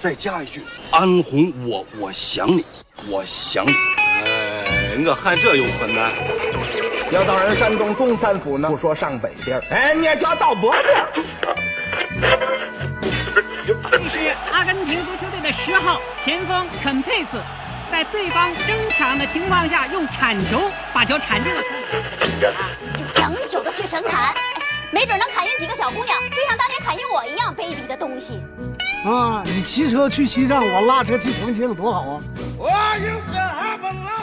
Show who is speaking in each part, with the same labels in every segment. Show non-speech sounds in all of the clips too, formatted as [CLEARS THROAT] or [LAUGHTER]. Speaker 1: 再加一句：“安红，我我想你，我想你。
Speaker 2: 哎，我看这有困难。
Speaker 3: 要到人山东东三府呢，不说上北边儿，哎，你也叫到北边儿。
Speaker 4: 阿根廷足球队的十号前锋肯佩斯，在对方争抢的情况下，用铲球把球铲进了出门。
Speaker 5: 就整宿的去神砍，哎没准能砍晕几个小姑娘，就像当年砍晕我一样卑鄙的东西。
Speaker 6: 啊，你骑车去西藏，我拉车去重庆，多好啊！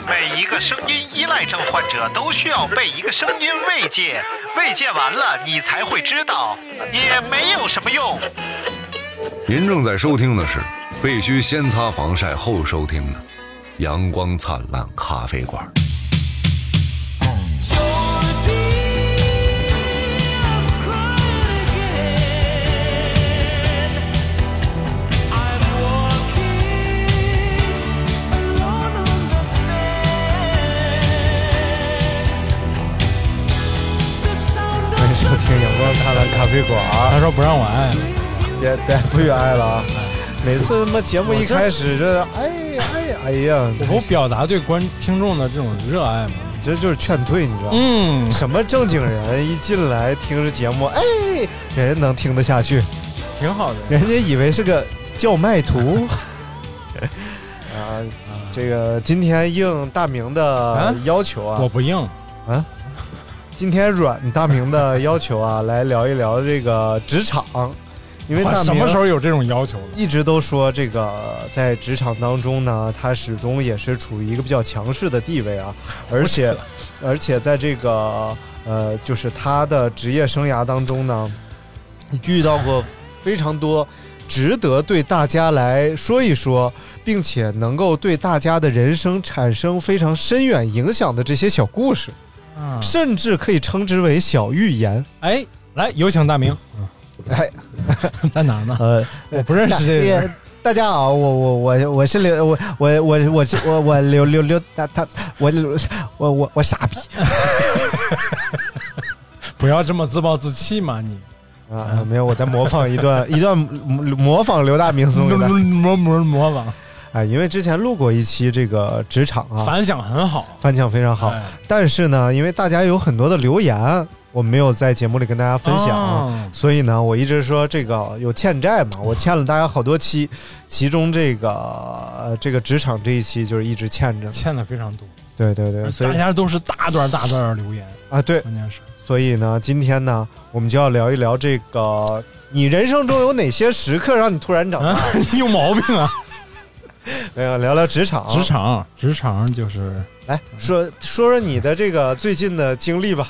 Speaker 7: 每一个声音依赖症患者都需要被一个声音慰藉，慰藉完了，你才会知道，也没有什么用。
Speaker 8: 您正在收听的是必须先擦防晒后收听的《阳光灿烂咖啡馆》。
Speaker 9: 欢迎收听阳光灿烂咖啡馆啊，
Speaker 10: [LAUGHS] 他说不让我按，
Speaker 9: 别别不许爱了啊！每次他妈节目一开始，这哎哎哎呀，
Speaker 10: 我不表达对观听众的这种热爱吗？
Speaker 9: 你这就是劝退，你知道吗？
Speaker 10: 嗯，
Speaker 9: 什么正经人一进来听着节目，哎，人家能听得下去，
Speaker 10: [LAUGHS] 挺好的。
Speaker 9: 人家以为是个叫卖图
Speaker 10: [LAUGHS]
Speaker 9: 啊。这个今天应大明的
Speaker 10: 啊
Speaker 9: 要求啊，
Speaker 10: 我不硬，
Speaker 9: 今天软大明的要求啊，来聊一聊这个职场，因为
Speaker 10: 我
Speaker 9: 大
Speaker 10: 什
Speaker 9: 明
Speaker 10: 么时候有这种要求了？
Speaker 9: 一直都说这个在职场当中呢，他始终也是处于一个比较强势的地位啊，而且而且在这个呃，就是他的职业生涯当中呢，遇到过非常多值得对大家来说一说，并且能够对大家的人生产生非常深远影响的这些小故事，
Speaker 10: 啊
Speaker 9: 甚至可以称之为小寓言。
Speaker 10: 哎，来有请大明，
Speaker 9: 哎，
Speaker 10: 在哪儿
Speaker 9: [LAUGHS]
Speaker 10: 呢？
Speaker 9: 呃，
Speaker 10: 我不认识这个人
Speaker 9: 大大家好，我我我我是刘我我我我是我我刘刘刘他他我我我我傻逼
Speaker 10: 不要这么自暴自弃嘛你。
Speaker 9: 啊！没有，我在模仿一段一段模模仿刘大明送给 [LAUGHS] 他
Speaker 10: 模模模仿，
Speaker 9: 哎，因为之前录过一期这个职场啊，
Speaker 10: 反响很好，
Speaker 9: 反响非常好，
Speaker 10: 哎
Speaker 9: 但是呢，因为大家有很多的留言，我没有在节目里跟大家分享。
Speaker 10: 哦
Speaker 9: 所以呢，我一直说这个有欠债嘛，我欠了大家好多期，其中这个、呃这个职场这一期就是一直欠着呢。
Speaker 10: 欠的非常多，
Speaker 9: 对对对，
Speaker 10: 而
Speaker 9: 所
Speaker 10: 大
Speaker 9: 以
Speaker 10: 家都是大段大段的留言，
Speaker 9: 啊对，
Speaker 10: 关键是
Speaker 9: 所以呢，今天呢，我们就要聊一聊这个，你人生中有哪些时刻让你突然长
Speaker 10: 啊
Speaker 9: 大？，
Speaker 10: [LAUGHS] 你有毛病啊！
Speaker 9: 没有，聊聊职场。
Speaker 10: 职，场，职场就是
Speaker 9: 来说说说你的这个最近的经历
Speaker 10: [LAUGHS]
Speaker 9: 吧。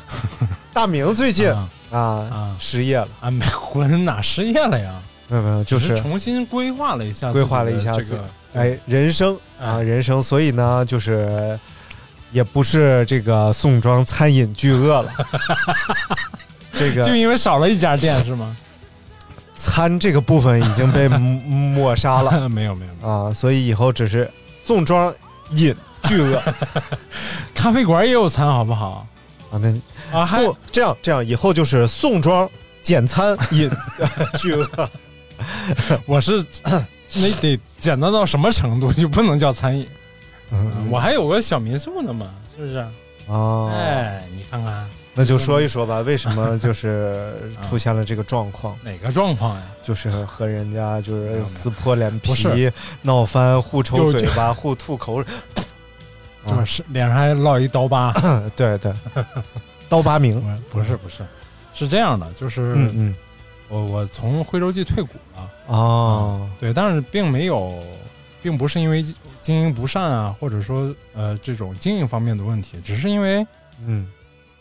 Speaker 9: 大明最近
Speaker 10: 啊
Speaker 9: 啊，
Speaker 10: 啊
Speaker 9: 失业了，
Speaker 10: 啊，没我哪失业了呀？
Speaker 9: 没有没有，就
Speaker 10: 只
Speaker 9: 是
Speaker 10: 重新规划了一下自己的这个，
Speaker 9: 规划了一下自己哎，人生啊，
Speaker 10: 哎
Speaker 9: 人生，所以呢，就是也不是这个宋庄餐饮巨鳄
Speaker 10: [LAUGHS]
Speaker 9: 了，这
Speaker 10: 就
Speaker 9: 个
Speaker 10: 因为少了一家店是吗？
Speaker 9: 餐这个部分已经被抹杀了。
Speaker 10: [LAUGHS] 没有没有，没有
Speaker 9: 啊，所以以后只是宋庄饮巨
Speaker 10: [LAUGHS]
Speaker 9: 鳄啊。
Speaker 10: 咖啡馆也有餐好不好？
Speaker 9: 那
Speaker 10: 啊，还
Speaker 9: 宋这样这样，以后就是宋庄简
Speaker 10: [LAUGHS]
Speaker 9: 餐饮巨鳄。
Speaker 10: 我是 [CLEARS THROAT] 那得简单到什么程度 [LAUGHS] 就不能叫餐饮？
Speaker 9: 嗯
Speaker 10: 我还有个小民宿呢嘛，是不是？
Speaker 9: 啊，
Speaker 10: 哎，你看看
Speaker 9: 那就说一说吧，为什
Speaker 10: [LAUGHS]
Speaker 9: 么就是
Speaker 10: 啊
Speaker 9: 出现了这个状况，
Speaker 10: 哪个状况呀？
Speaker 9: 就是和人家就
Speaker 10: 没有没
Speaker 9: 是
Speaker 10: 有
Speaker 9: 撕破脸
Speaker 10: 不
Speaker 9: 皮
Speaker 10: 是、
Speaker 9: 闹翻、互抽
Speaker 10: 有
Speaker 9: 嘴巴、互吐口水。 [LAUGHS] 哦
Speaker 10: 这不是脸上还落一刀疤？
Speaker 9: 对
Speaker 10: [LAUGHS]
Speaker 9: 对，刀疤明，
Speaker 10: 不是不是，是这样的，就是
Speaker 9: 嗯嗯，
Speaker 10: 我我从徽州记退股了，
Speaker 9: 哦，
Speaker 10: 对，但是并没有，并不是因为经营不善啊，或者说呃这种经营方面的问题，只是因为
Speaker 9: 嗯，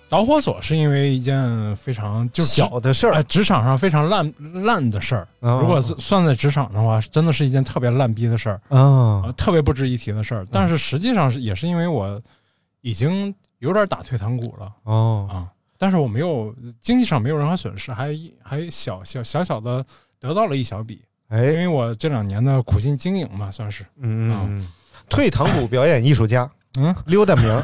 Speaker 10: 导火索是因为一件非常就
Speaker 9: 小的事
Speaker 10: 呃
Speaker 9: 儿，
Speaker 10: 职场上非常烂烂的事儿。
Speaker 9: 如
Speaker 10: 如果是算在职场的话，真的是一件特别烂逼的事儿，
Speaker 9: 啊
Speaker 10: 呃，特别不值一提的事儿。但
Speaker 9: 嗯
Speaker 10: 是实际上是也是因为我已经有点打退堂鼓了
Speaker 9: 哦
Speaker 10: 啊，但是我没有经济上没有任何损失，还一还小小小小的得到了一小笔，因
Speaker 9: 哎，
Speaker 10: 为我这两年的苦心经营嘛，算是。
Speaker 9: 嗯嗯嗯，退堂鼓表演艺术家
Speaker 10: 啊嗯，
Speaker 9: 溜达
Speaker 10: [LAUGHS]
Speaker 9: 明儿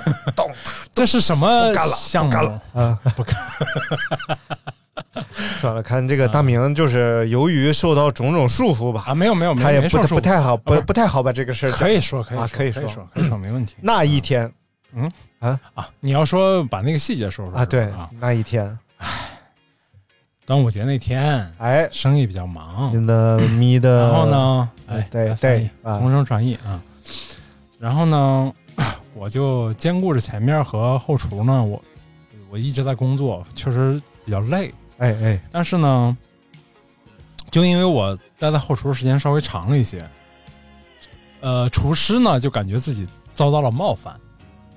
Speaker 10: 这是什么
Speaker 9: 不干了
Speaker 10: 项
Speaker 9: 不干
Speaker 10: 目
Speaker 9: 了？啊，
Speaker 10: 不干，
Speaker 9: 算了，看这个大明就是由于受到种种束缚吧，
Speaker 10: 啊，没有没有没有，
Speaker 9: 他也
Speaker 10: 没
Speaker 9: 不
Speaker 10: 受束缚
Speaker 9: 不太好，不
Speaker 10: 啊
Speaker 9: 不太好把这个事儿
Speaker 10: 是 [LAUGHS]
Speaker 9: 讲
Speaker 10: 可以说可以
Speaker 9: 啊可以
Speaker 10: 可
Speaker 9: 说
Speaker 10: 以说可以说没问题
Speaker 9: 那一天
Speaker 10: 啊。你要说把那个细节说出来
Speaker 9: 啊，对
Speaker 10: 啊，，
Speaker 9: 那一天，
Speaker 10: 端午节那天
Speaker 9: 哎，
Speaker 10: 生意比较忙，
Speaker 9: 真的咪的，
Speaker 10: 嗯然后？呢，哎，
Speaker 9: 呃对
Speaker 10: 来翻
Speaker 9: 对
Speaker 10: 译
Speaker 9: 啊
Speaker 10: 同声传译啊。然后呢，我就兼顾着前面和后厨呢，我我一直在工作，确实比较累。
Speaker 9: 哎哎，
Speaker 10: 但是呢，就因为我待在后厨时间稍微长了一些，呃，厨师呢就感觉自己遭到了冒犯，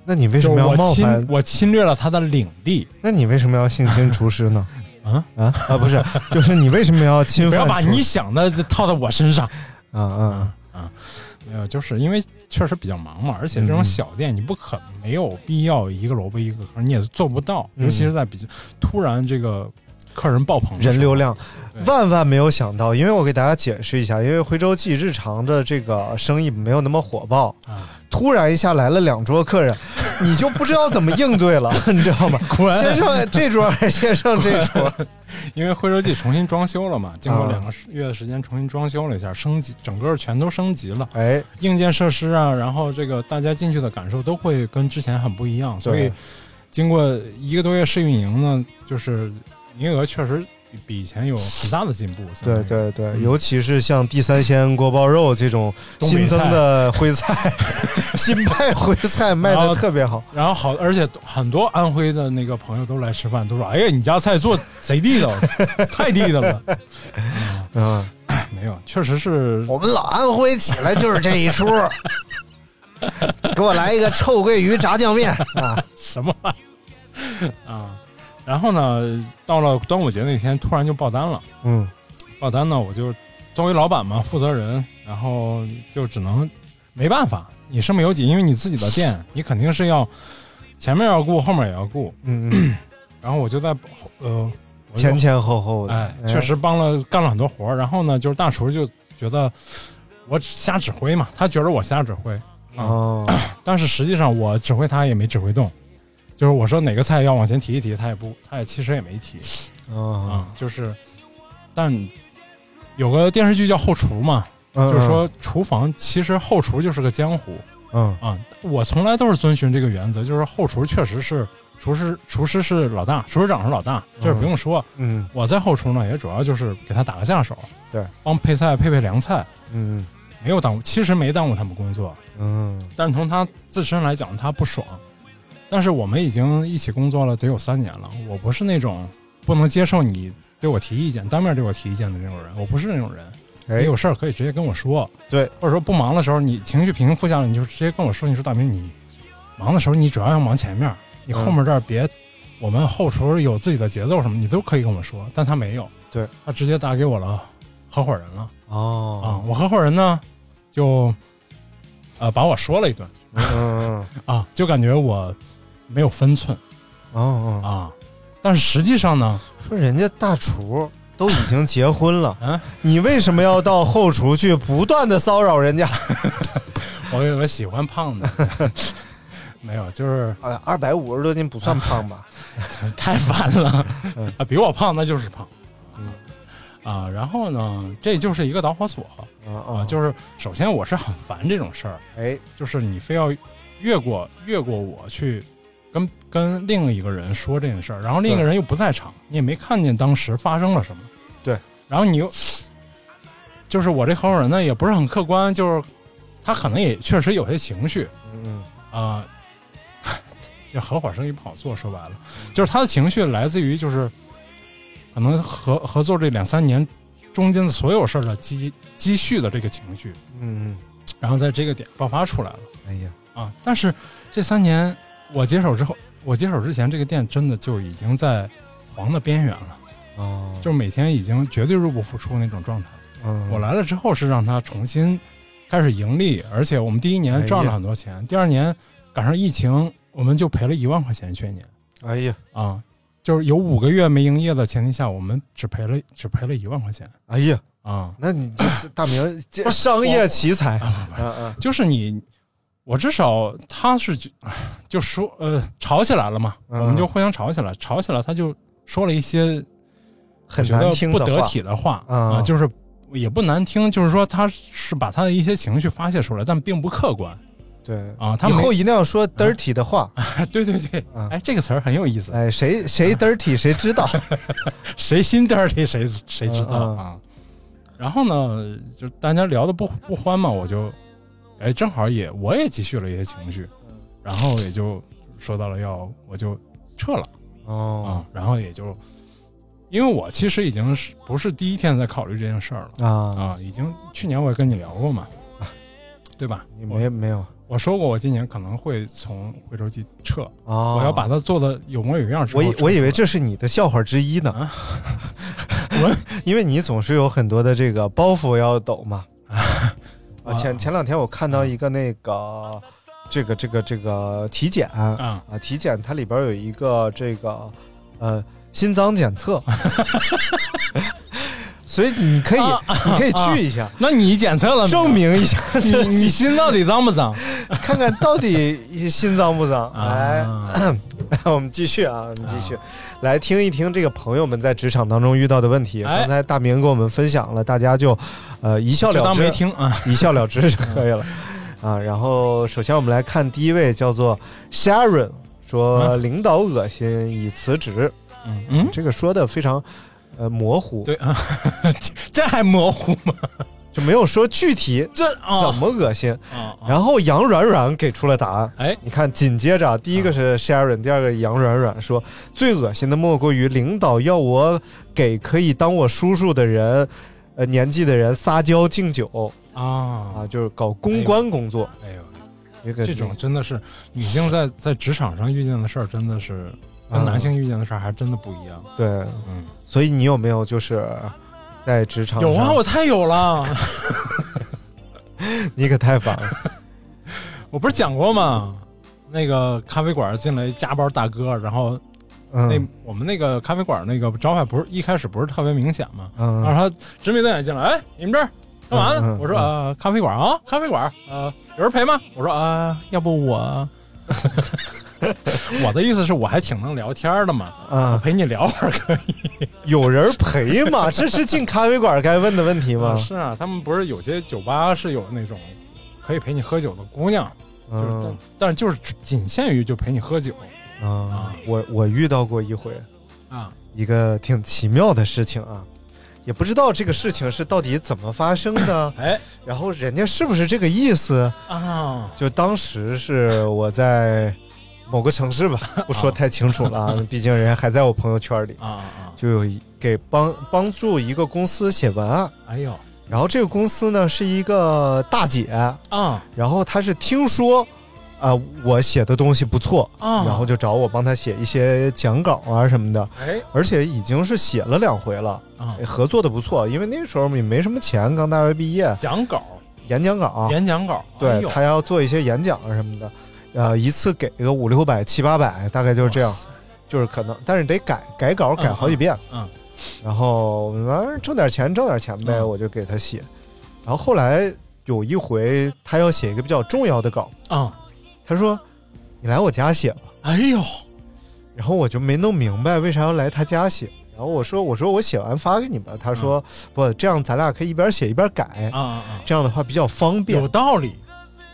Speaker 9: 那你为什么
Speaker 10: 就是
Speaker 9: 要
Speaker 10: 我
Speaker 9: 冒犯
Speaker 10: 侵？我侵略了他的领地。
Speaker 9: 那你为什么要性侵厨师呢？
Speaker 10: [LAUGHS] 啊
Speaker 9: 啊啊！不是，就是你为什么要侵
Speaker 10: 不
Speaker 9: 犯
Speaker 10: 要
Speaker 9: 厨师？
Speaker 10: 把你想的套在我身上。
Speaker 9: 啊啊！
Speaker 10: 没有，呃就是因为确实比较忙嘛，而且这种
Speaker 9: 嗯
Speaker 10: 小店你不可没有必要一个萝卜一个坑，你也做不到，
Speaker 9: 嗯
Speaker 10: 尤其是在比较突然这个客人爆棚的时候，
Speaker 9: 人流量
Speaker 10: 对，
Speaker 9: 万万没有想到，因为我给大家解释一下，因为徽州记日常的这个生意没有那么火爆，
Speaker 10: 啊
Speaker 9: 突然一下来了两桌
Speaker 10: [LAUGHS]
Speaker 9: 客人，你就不知道怎么应对了，你知道吗？
Speaker 10: 滚，
Speaker 9: 先上这桌，先上这桌，
Speaker 10: 因为徽州记重新装修了嘛，经过
Speaker 9: 啊
Speaker 10: 两个月的时间重新装修了一下，升级整个全都升级了，
Speaker 9: 哎，
Speaker 10: 硬件设施啊，然后这个大家进去的感受都会跟之前很不一样，所以
Speaker 9: 对
Speaker 10: 经过一个多月试运营呢，就是营业额确实比以前有很大的进步，相当
Speaker 9: 对
Speaker 10: 于
Speaker 9: 对对，
Speaker 10: 嗯
Speaker 9: 尤其是像地三鲜锅包肉这种
Speaker 10: 东北
Speaker 9: 新增的徽菜， [LAUGHS] 新派徽菜卖
Speaker 10: 然
Speaker 9: 的
Speaker 10: 后
Speaker 9: 特别好。
Speaker 10: 然后好，而且很多安徽的那个朋友都来吃饭，都说：“哎呀，你家菜做贼地道，太地道了。
Speaker 9: 嗯，”
Speaker 10: 没有，确实是
Speaker 11: 我们老安徽起来就是这一出。
Speaker 9: [LAUGHS]
Speaker 11: 给我来一个臭鳜鱼炸酱面啊！
Speaker 10: 什么玩意儿 [LAUGHS] 啊。然后呢，到了端午节那天，突然就爆单了。
Speaker 9: 嗯，
Speaker 10: 爆单呢，我就作为老板嘛，负责人，然后就只能没办法，你身不由己，因为你自己的店，你肯定是要前面要顾，后面也要顾。
Speaker 9: 嗯嗯，
Speaker 10: 然后我就在呃，我就
Speaker 9: 前前后后的，
Speaker 10: 哎，确实帮了干了很多活儿。然后呢，就是大厨就觉得我瞎指挥嘛，他觉得我瞎指挥，
Speaker 9: 哦，
Speaker 10: 但是实际上我指挥他也没指挥动。就是我说哪个菜要往前提一提，他也不，他也其实也没提
Speaker 9: 哦，
Speaker 10: 啊、就是，但有个电视剧叫《后厨》嘛，
Speaker 9: 嗯
Speaker 10: 就是，说厨房其实后厨就是个江湖
Speaker 9: 嗯
Speaker 10: 啊、我从来都是遵循这个原则，就是后厨确实是厨师，厨师是老大，厨师长是老大，这是不用说。
Speaker 9: 嗯
Speaker 10: 我在后厨呢，也主要就是给他打个下手，
Speaker 9: 对，
Speaker 10: 帮配菜配配凉菜，
Speaker 9: 嗯
Speaker 10: 没有耽误，其实没耽误他们工作，
Speaker 9: 嗯
Speaker 10: 但是从他自身来讲，他不爽。但是我们已经一起工作了得有三年了，我不是那种不能接受你对我提意见、当面对我提意见的那种人，我不是那种人。
Speaker 9: 哎
Speaker 10: 你有事儿可以直接跟我说，
Speaker 9: 对，
Speaker 10: 或者说不忙的时候，你情绪平复下来，你就直接跟我说，你说大明，你忙的时候你主要要忙前面，你
Speaker 9: 嗯
Speaker 10: 后面这儿别，我们后厨有自己的节奏什么，你都可以跟我说，但他没有，
Speaker 9: 对
Speaker 10: 他直接打给我了合伙人了啊
Speaker 9: 哦，
Speaker 10: 我合伙人呢就呃把我说了一顿
Speaker 9: 嗯
Speaker 10: 啊，就感觉我没有分寸
Speaker 9: 哦哦，
Speaker 10: 啊，但是实际上呢，
Speaker 9: 说人家大厨。都已经结婚了，
Speaker 10: 啊
Speaker 9: 你为什么要到后厨去不断的骚扰人家？ [LAUGHS]
Speaker 10: 我我喜欢胖的， [LAUGHS] 没有就是。
Speaker 9: 啊，二百五十多斤不算胖吧？
Speaker 10: [LAUGHS] 太烦了
Speaker 9: 嗯
Speaker 10: 啊！比我胖那就是胖，啊，然后呢，这就是一个导火索
Speaker 9: 啊
Speaker 10: 啊，
Speaker 9: 啊
Speaker 10: 就是首先我是很烦这种事儿，
Speaker 9: 哎，
Speaker 10: 就是你非要越过越过我去跟跟另一个人说这件事儿，然后另一个人又不在场，你也没看见当时发生了什么，
Speaker 9: 对，
Speaker 10: 然后你又就是我这合伙人呢也不是很客观，就是他可能也确实有些情绪，
Speaker 9: 嗯
Speaker 10: 啊、这合伙生意不好做，说白了，就是他的情绪来自于就是可能合合作这两三年中间的所有事儿的积积蓄的这个情绪，
Speaker 9: 嗯
Speaker 10: 然后在这个点爆发出来了
Speaker 9: 嗯，哎呀，
Speaker 10: 啊。但是这三年我接手之后，我接手之前，这个店真的就已经在黄的边缘了，
Speaker 9: 哦，
Speaker 10: 就是每天已经绝对入不敷出那种状态。
Speaker 9: 嗯
Speaker 10: 我来了之后是让他重新开始盈利，而且我们第一
Speaker 9: 哎
Speaker 10: 年
Speaker 9: 呀
Speaker 10: 赚了很多钱，第二年赶上疫情，我们就赔了一万块钱去年
Speaker 9: 哎呀，
Speaker 10: 啊，就是有五个月没营业的前提下，我们只赔了只赔了一万块钱
Speaker 9: 哎呀，
Speaker 10: 啊，哎
Speaker 9: 那你这这大明这商业奇才，啊啊，
Speaker 10: 就是你。我至少他是就就说呃吵起来了嘛，
Speaker 9: 嗯
Speaker 10: 我们就互相吵起来，吵起来他就说了一些
Speaker 9: 很
Speaker 10: 觉
Speaker 9: 难
Speaker 10: 得
Speaker 9: 听
Speaker 10: 不
Speaker 9: 的
Speaker 10: 得
Speaker 9: 话
Speaker 10: 体的话
Speaker 9: 啊
Speaker 10: 啊，就是也不难听，就是说他是把他的一些情绪发泄出来，但并不客观
Speaker 9: 对。
Speaker 10: 啊。他
Speaker 9: 以
Speaker 10: 没
Speaker 9: 后一定要说 dirty 的
Speaker 10: [LAUGHS]
Speaker 9: 话，
Speaker 10: 对对对
Speaker 9: 啊，
Speaker 10: 哎，这个词儿很有意思，
Speaker 9: 哎，谁谁 dirty 谁知
Speaker 10: [LAUGHS]
Speaker 9: 道，
Speaker 10: 谁心点儿里谁谁知道
Speaker 9: 嗯嗯
Speaker 10: 啊。然后呢，就大家聊的不不欢嘛，我就哎正好也我也积蓄了一些情绪，
Speaker 9: 嗯
Speaker 10: 然后也就说到了要我就撤了
Speaker 9: 哦
Speaker 10: 啊，然后也就因为我其实已经是不是第一天在考虑这件事儿了。
Speaker 9: 啊，
Speaker 10: 啊，已经去年我也跟你聊过嘛，对吧？
Speaker 9: 你没没有
Speaker 10: 我说过，我今年可能会从惠州记撤，
Speaker 9: 哦，
Speaker 10: 我要把它做的有模有样之后
Speaker 9: 我以
Speaker 10: 撤
Speaker 9: 我以
Speaker 10: 出
Speaker 9: 为
Speaker 10: 来
Speaker 9: 这是你的笑话之一呢，
Speaker 10: 啊
Speaker 9: 因为你总是有很多的这个包袱要抖嘛。
Speaker 10: [LAUGHS]
Speaker 9: 啊，
Speaker 10: 啊
Speaker 9: 前前两天我看到一个那个这个这个这个体检啊，
Speaker 10: 啊，
Speaker 9: 体检它里边有一个这个呃心脏检
Speaker 10: [LAUGHS]
Speaker 9: 测，所以你可以
Speaker 10: 啊
Speaker 9: 你可以去一下，
Speaker 10: 那你检测了没有
Speaker 9: 证明一下 [LAUGHS]
Speaker 10: 你
Speaker 9: 自
Speaker 10: 你
Speaker 9: 己，
Speaker 10: 心到底脏不脏？
Speaker 9: 看看到底心脏不脏？哎。
Speaker 10: 啊，
Speaker 9: 我们继续啊，我们继续、来听一听这个朋友们在职场当中遇到的问题。
Speaker 10: 哎
Speaker 9: 刚才大明给我们分享了，大家就呃一笑
Speaker 10: 就
Speaker 9: 了
Speaker 10: 当
Speaker 9: 之，
Speaker 10: 没听啊。
Speaker 9: 一笑了之就可以
Speaker 10: [LAUGHS]
Speaker 9: 了啊。然后首先我们来看第一位，叫做 Sharon，说
Speaker 10: 嗯
Speaker 9: 领导恶心已辞职，
Speaker 10: 嗯嗯，
Speaker 9: 这个说的非常呃模糊，
Speaker 10: 对啊，这还模糊吗？
Speaker 9: 就没有说具体
Speaker 10: 这啊
Speaker 9: 怎么恶心。
Speaker 10: 啊啊
Speaker 9: 然后杨软软给出了答案。
Speaker 10: 哎
Speaker 9: 你看，紧接着啊，第一个是 Sharon，第二个杨软软说，最恶心的莫过于领导要我给可以当我叔叔的人，呃，年纪的人撒娇敬酒
Speaker 10: 啊！
Speaker 9: 啊，就是搞公关工作。
Speaker 10: 哎呦，
Speaker 9: 这个
Speaker 10: 这种真的是女性在在职场上遇见的事儿，真的是
Speaker 9: 啊
Speaker 10: 跟男性遇见的事儿还真的不一样。
Speaker 9: 对，
Speaker 10: 嗯，
Speaker 9: 所以你有没有就是在职场
Speaker 10: 有啊，
Speaker 9: 上
Speaker 10: 我太有了。
Speaker 9: [LAUGHS] 你可太烦了。
Speaker 10: 我不是讲过吗？那个咖啡馆进来一夹包大哥，然后 [LAUGHS] 那、
Speaker 9: 嗯
Speaker 10: 我们那个咖啡馆那个招牌不是一开始不是特别明显吗？
Speaker 9: 嗯
Speaker 10: 然后他直眉瞪眼进来，哎，你们这儿干嘛呢？
Speaker 9: 嗯嗯
Speaker 10: 我说呃，咖啡馆啊，咖啡馆，呃，有人陪吗？我说啊、要不我， [LAUGHS] 我的意思是我还挺能聊天的嘛，我
Speaker 9: 啊，
Speaker 10: 陪你聊会儿可以
Speaker 9: 有人陪
Speaker 10: [LAUGHS]
Speaker 9: 吗？这是进咖啡馆该问的问题
Speaker 10: 吗？
Speaker 9: 吗？
Speaker 10: 是啊，他们不是有些酒吧是有那种可以陪你喝酒的姑娘，就是但、
Speaker 9: 嗯
Speaker 10: 但就是仅限于就陪你喝酒
Speaker 9: 啊，我我遇到过一回。
Speaker 10: 啊。，
Speaker 9: 一个挺奇妙的事情啊，也不知道这个事情是到底怎么发生的
Speaker 10: [COUGHS] 哎
Speaker 9: 然后人家是不是这个意思？
Speaker 10: 啊，
Speaker 9: 就当时是我在某个城市吧，不说太清楚了啊，毕竟人家还在我朋友圈里，
Speaker 10: 啊啊！
Speaker 9: 就有一给帮帮助一个公司写文案，
Speaker 10: 哎呦
Speaker 9: 然后这个公司呢是一个大姐，
Speaker 10: 啊
Speaker 9: 然后她是听说。啊、我写的东西不错，
Speaker 10: 啊！
Speaker 9: 然后就找我帮她写一些讲稿啊什么的，
Speaker 10: 哎
Speaker 9: 而且已经是写了两回了，
Speaker 10: 啊
Speaker 9: 哎，合作的不错，因为那时候也没什么钱，刚大学毕业，
Speaker 10: 讲稿、
Speaker 9: 演讲稿，
Speaker 10: 演讲稿，哎
Speaker 9: 对
Speaker 10: 呦
Speaker 9: 他要做一些演讲啊什么的，呃，一次给个五六百、七八百，大概就是这样
Speaker 10: 哇，塞
Speaker 9: 就是可能，但是得改改稿，改好几遍，
Speaker 10: 嗯嗯
Speaker 9: 然后完正哎挣点钱，挣点钱呗，
Speaker 10: 嗯
Speaker 9: 我就给他写，然后后来有一回他要写一个比较重要的稿，
Speaker 10: 啊！
Speaker 9: 他说：“你来我家写吧。”
Speaker 10: 哎呦
Speaker 9: 然后我就没弄明白为啥要来他家写。然后我说我说我写完发给你吧。他说、不，这样咱俩可以一边写一边改，
Speaker 10: 嗯啊啊啊！
Speaker 9: 这样的话比较方便
Speaker 10: 有。道理，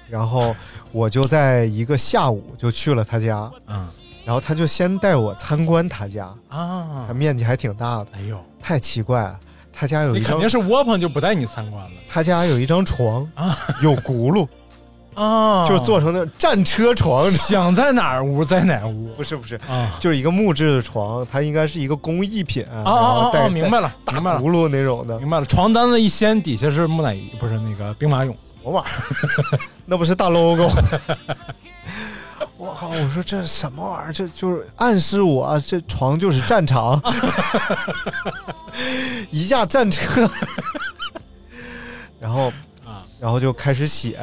Speaker 9: 然后我就在一个下午就去了他家，
Speaker 10: 嗯
Speaker 9: 然后他就先带我参观他家，
Speaker 10: 啊
Speaker 9: 他，面积还挺大的，
Speaker 10: 哎呦，
Speaker 9: 太奇怪了。他家有
Speaker 10: 你
Speaker 9: 一
Speaker 10: 肯
Speaker 9: 张
Speaker 10: 定是窝棚就不带你参观了
Speaker 9: 他家有一张床，
Speaker 10: 啊
Speaker 9: 有轱辘，
Speaker 10: [LAUGHS] 啊！
Speaker 9: 就做成那种战车
Speaker 10: [LAUGHS]
Speaker 9: 床，
Speaker 10: 想在哪儿屋在哪儿屋
Speaker 9: 不是不是，
Speaker 10: 啊
Speaker 9: 就是一个木质的床，它应该是一个工艺品，啊
Speaker 10: 啊啊啊！
Speaker 9: 带
Speaker 10: 啊明白了，
Speaker 9: 带
Speaker 10: 明白
Speaker 9: 大
Speaker 10: 了。
Speaker 9: 轱辘那种的。
Speaker 10: 明白了，床单子一掀，底下是木乃伊，不是那个兵马俑
Speaker 9: 我玩意儿？ [LAUGHS] 那不是大 logo？我靠！我说这什么玩意儿？这就是暗示我，啊这床就是战场， [LAUGHS] 一架战车。 [LAUGHS] 然后
Speaker 10: 啊
Speaker 9: 然后就开始写，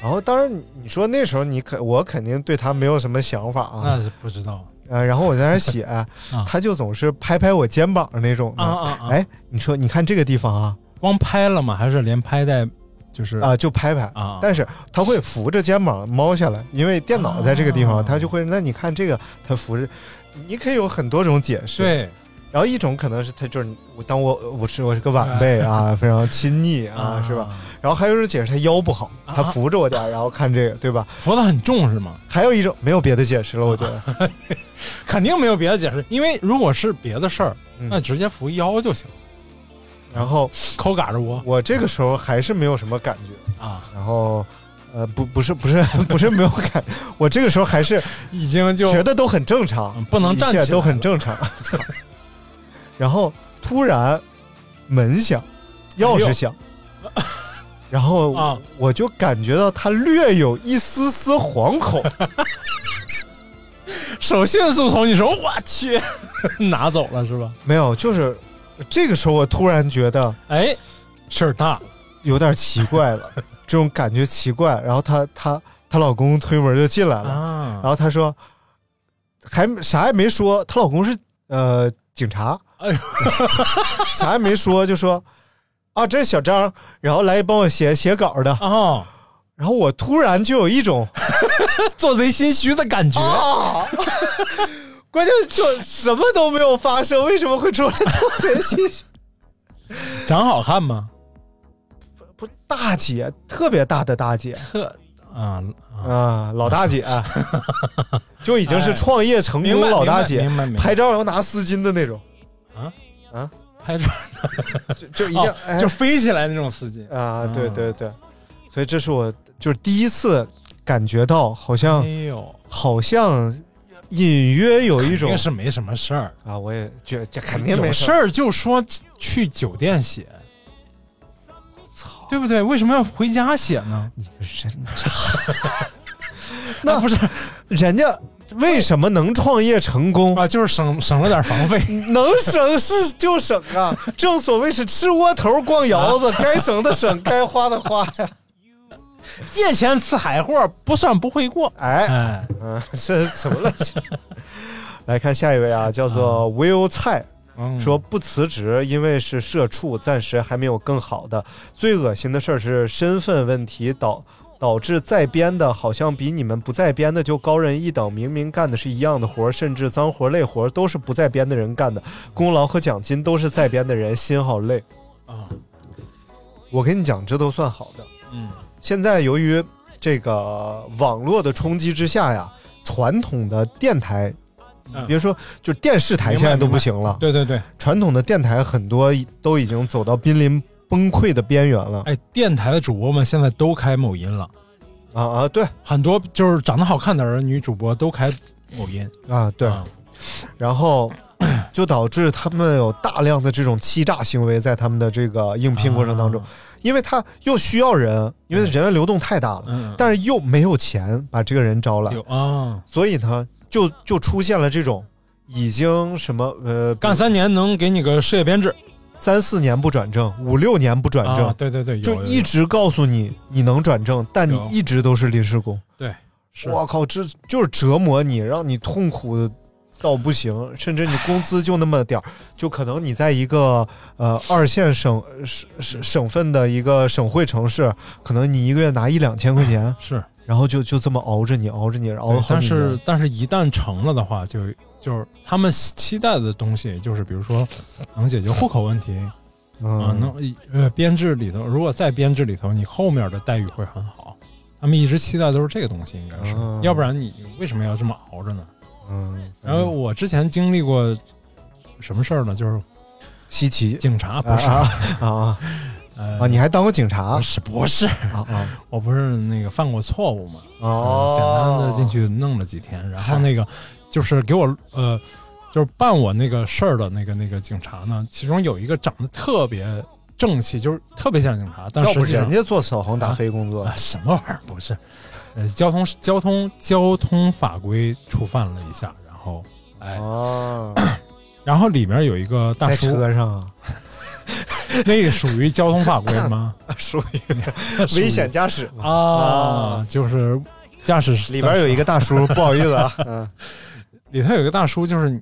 Speaker 9: 然后当然你说那时候你肯我肯定对他没有什么想法啊，
Speaker 10: 那是不知道
Speaker 9: 呃，然后我在那儿写，他就总是拍拍我肩膀那种的。
Speaker 10: 嗯啊啊啊！
Speaker 9: 哎，你说你看这个地方啊，
Speaker 10: 光拍了吗？还是连拍带？就是
Speaker 9: 啊、就拍拍，
Speaker 10: 啊，
Speaker 9: 但是他会扶着肩膀猫下来，因为电脑在这个地方，
Speaker 10: 啊
Speaker 9: 他就会。那你看这个，他扶着，你可以有很多种解释。，
Speaker 10: 对，
Speaker 9: 然后一种可能是他就是我当我我是我是个晚辈
Speaker 10: 哎
Speaker 9: 啊，非常亲昵啊，是吧？？然后还有一种解释，他腰不好，
Speaker 10: 啊
Speaker 9: 他扶着我点儿，然后看这个，对吧？
Speaker 10: 佛的很重是吗？
Speaker 9: 还有一种没有别的解释了，我觉
Speaker 10: 啊
Speaker 9: 得。
Speaker 10: 肯定没有别的解释，因为如果是别的事儿，
Speaker 9: 嗯
Speaker 10: 那直接扶腰就行，
Speaker 9: 然后
Speaker 10: 抠嘎着窝
Speaker 9: 我这个时候还是没有什么感觉，
Speaker 10: 啊，
Speaker 9: 然后呃，不不是不是 [LAUGHS] 不是没有感，我这个时候还是
Speaker 10: 已经就
Speaker 9: 觉得都很正常
Speaker 10: 嗯，不能站起
Speaker 9: 一
Speaker 10: 来
Speaker 9: 切都很正常。 [LAUGHS] 然后突然门响，钥匙响，
Speaker 10: 哎
Speaker 9: 然后
Speaker 10: 啊
Speaker 9: 我就感觉到他略有一丝丝惶
Speaker 10: [LAUGHS]
Speaker 9: 恐，
Speaker 10: 手迅速从你手，我去， [LAUGHS] 拿走了是吧？
Speaker 9: 没有，就是这个时候我突然觉得
Speaker 10: 哎，事儿大了
Speaker 9: 有点奇怪了，这种感觉奇怪。然后她她她老公推门就进来了，然
Speaker 10: 啊！
Speaker 9: 后她说还啥也没说，她老公是呃警察，
Speaker 10: 哎呦
Speaker 9: [LAUGHS] 啥也没说就说啊这是小张，然后来帮我写写稿的。
Speaker 10: 哦，
Speaker 9: 然后我突然就有一种
Speaker 10: 做贼心虚的感觉，
Speaker 9: 啊。 [LAUGHS] 关键就什么都没有发生，为什么会出来做贼心虚？
Speaker 10: 长好看吗？
Speaker 9: [LAUGHS] 不，大姐，特别大的大姐，
Speaker 10: 特啊，哎
Speaker 9: 啊，老大姐，就已经是创业成
Speaker 10: 明白
Speaker 9: 功老大姐，
Speaker 10: 明白明白，
Speaker 9: 拍照要拿丝巾的那种，
Speaker 10: 拍照
Speaker 9: 就就一定
Speaker 10: 哦
Speaker 9: 哎
Speaker 10: 就飞起来那种司机
Speaker 9: 啊，对
Speaker 10: 嗯
Speaker 9: 对对，所以这是我就是第一次感觉到，好
Speaker 10: 哎
Speaker 9: 像
Speaker 10: 呦，
Speaker 9: 好像隐约有一
Speaker 10: 肯
Speaker 9: 种
Speaker 10: 定是没什么事儿，
Speaker 9: 啊，我也觉这肯定没
Speaker 10: 有事
Speaker 9: 儿，
Speaker 10: 儿就说去酒店写，操，对不对？为什么要回家写呢？
Speaker 9: 你个人渣，
Speaker 10: 那不是
Speaker 9: 人家为什么能创业成功？ [LAUGHS]
Speaker 10: 啊，就是省省了点房费
Speaker 9: 能省是就省啊，正所谓是吃窝头逛窑子，该省的 [LAUGHS] 省，该花的花呀。
Speaker 10: 借钱吃海货不算不会过。
Speaker 9: 哎，
Speaker 10: 哎，
Speaker 9: 嗯， [LAUGHS] 这怎么了？ [LAUGHS] 来看下一位啊，叫做 Will 蔡，
Speaker 10: 嗯
Speaker 9: 说不辞职，因为是社畜，暂时还没有更好的。最恶心的事儿是身份问题导导致在编的，好像比你们不在编的就高人一等，明明干的是一样的活儿，甚至脏活儿累活儿都是不在编的人干的，功劳和奖金都是在编的人，心好累
Speaker 10: 啊。
Speaker 9: 我跟你讲，这都算好的。
Speaker 10: 嗯
Speaker 9: 现在由于这个网络的冲击之下呀，传统的电台
Speaker 10: 嗯，
Speaker 9: 别说就是电视台
Speaker 10: 明白
Speaker 9: 现在都不行了，
Speaker 10: 对对对，
Speaker 9: 传统的电台很多都已经走到濒临崩溃的边缘了。
Speaker 10: 哎，电台的主播们现在都开某音了，
Speaker 9: 啊啊，对
Speaker 10: 很多就是长得好看的儿女主播都开某音。
Speaker 9: 啊对，
Speaker 10: 啊
Speaker 9: 然后 [CLEARS THROAT] 就导致他们有大量的这种欺诈行为在他们的这个应聘过程当中，
Speaker 10: 啊
Speaker 9: 因为他又需要人，因为人员流动太大了，
Speaker 10: 嗯，
Speaker 9: 但是又没有钱把这个人招来
Speaker 10: 有，啊，
Speaker 9: 所以呢，就就出现了这种已经什么呃
Speaker 10: 干三年能给你个事业编制，
Speaker 9: 三四年不转正，五六年不转正，
Speaker 10: 啊，对对对，有
Speaker 9: 就
Speaker 10: 有
Speaker 9: 一
Speaker 10: 有
Speaker 9: 直告诉你你能转正，但你
Speaker 10: 有
Speaker 9: 一直都是临时工。
Speaker 10: 是
Speaker 9: 我靠，这就是折磨你，让你痛苦到不行，甚至你工资就那么点儿，就可能你在一个呃二线省省省省份的一个省会城市，可能你一个月拿一两千块钱，
Speaker 10: 是
Speaker 9: 然后就就这么熬着你，熬着你，熬
Speaker 10: 对
Speaker 9: 了好
Speaker 10: 但
Speaker 9: 几年
Speaker 10: 是但是，一旦成了的话，就就是他们期待的东西，就是比如说能解决户口问题啊，
Speaker 9: 嗯，
Speaker 10: 能呃编制里头，如果在编制里头，你后面的待遇会很好。他们一直期待都是这个东西，应该是，
Speaker 9: 嗯
Speaker 10: 要不然你为什么要这么熬着呢？
Speaker 9: 嗯，
Speaker 10: 然后我之前经历过什么事儿呢？就是
Speaker 9: 稀奇
Speaker 10: 警察不是
Speaker 9: 啊啊啊
Speaker 10: 呃
Speaker 9: 啊！你还当过警察
Speaker 10: 不是不是，
Speaker 9: 啊啊
Speaker 10: 我不是那个犯过错误嘛，
Speaker 9: 哦，
Speaker 10: 嗯简单的进去弄了几天，然后那个就是给我呃，就是办我那个事儿的那个那个警察呢，其中有一个长得特别正气，就是特别像警察，但
Speaker 9: 要
Speaker 10: 实
Speaker 9: 不
Speaker 10: 际上
Speaker 9: 人家做扫黄打非工作
Speaker 10: 啊，什么玩意儿不是，呃，交通交通交通法规触犯了一下，然后哎，
Speaker 9: 哦，
Speaker 10: 然后里面有一个大
Speaker 9: 在
Speaker 10: 叔，
Speaker 9: 车上啊
Speaker 10: 那个属于交通法规
Speaker 9: [LAUGHS]
Speaker 10: 吗？
Speaker 9: 属于
Speaker 10: 属于
Speaker 9: 危险驾驶嘛。
Speaker 10: 啊，就是驾驶
Speaker 9: 里边有一个大叔，不好意思啊， [LAUGHS] 嗯
Speaker 10: 里头有一个大叔，就是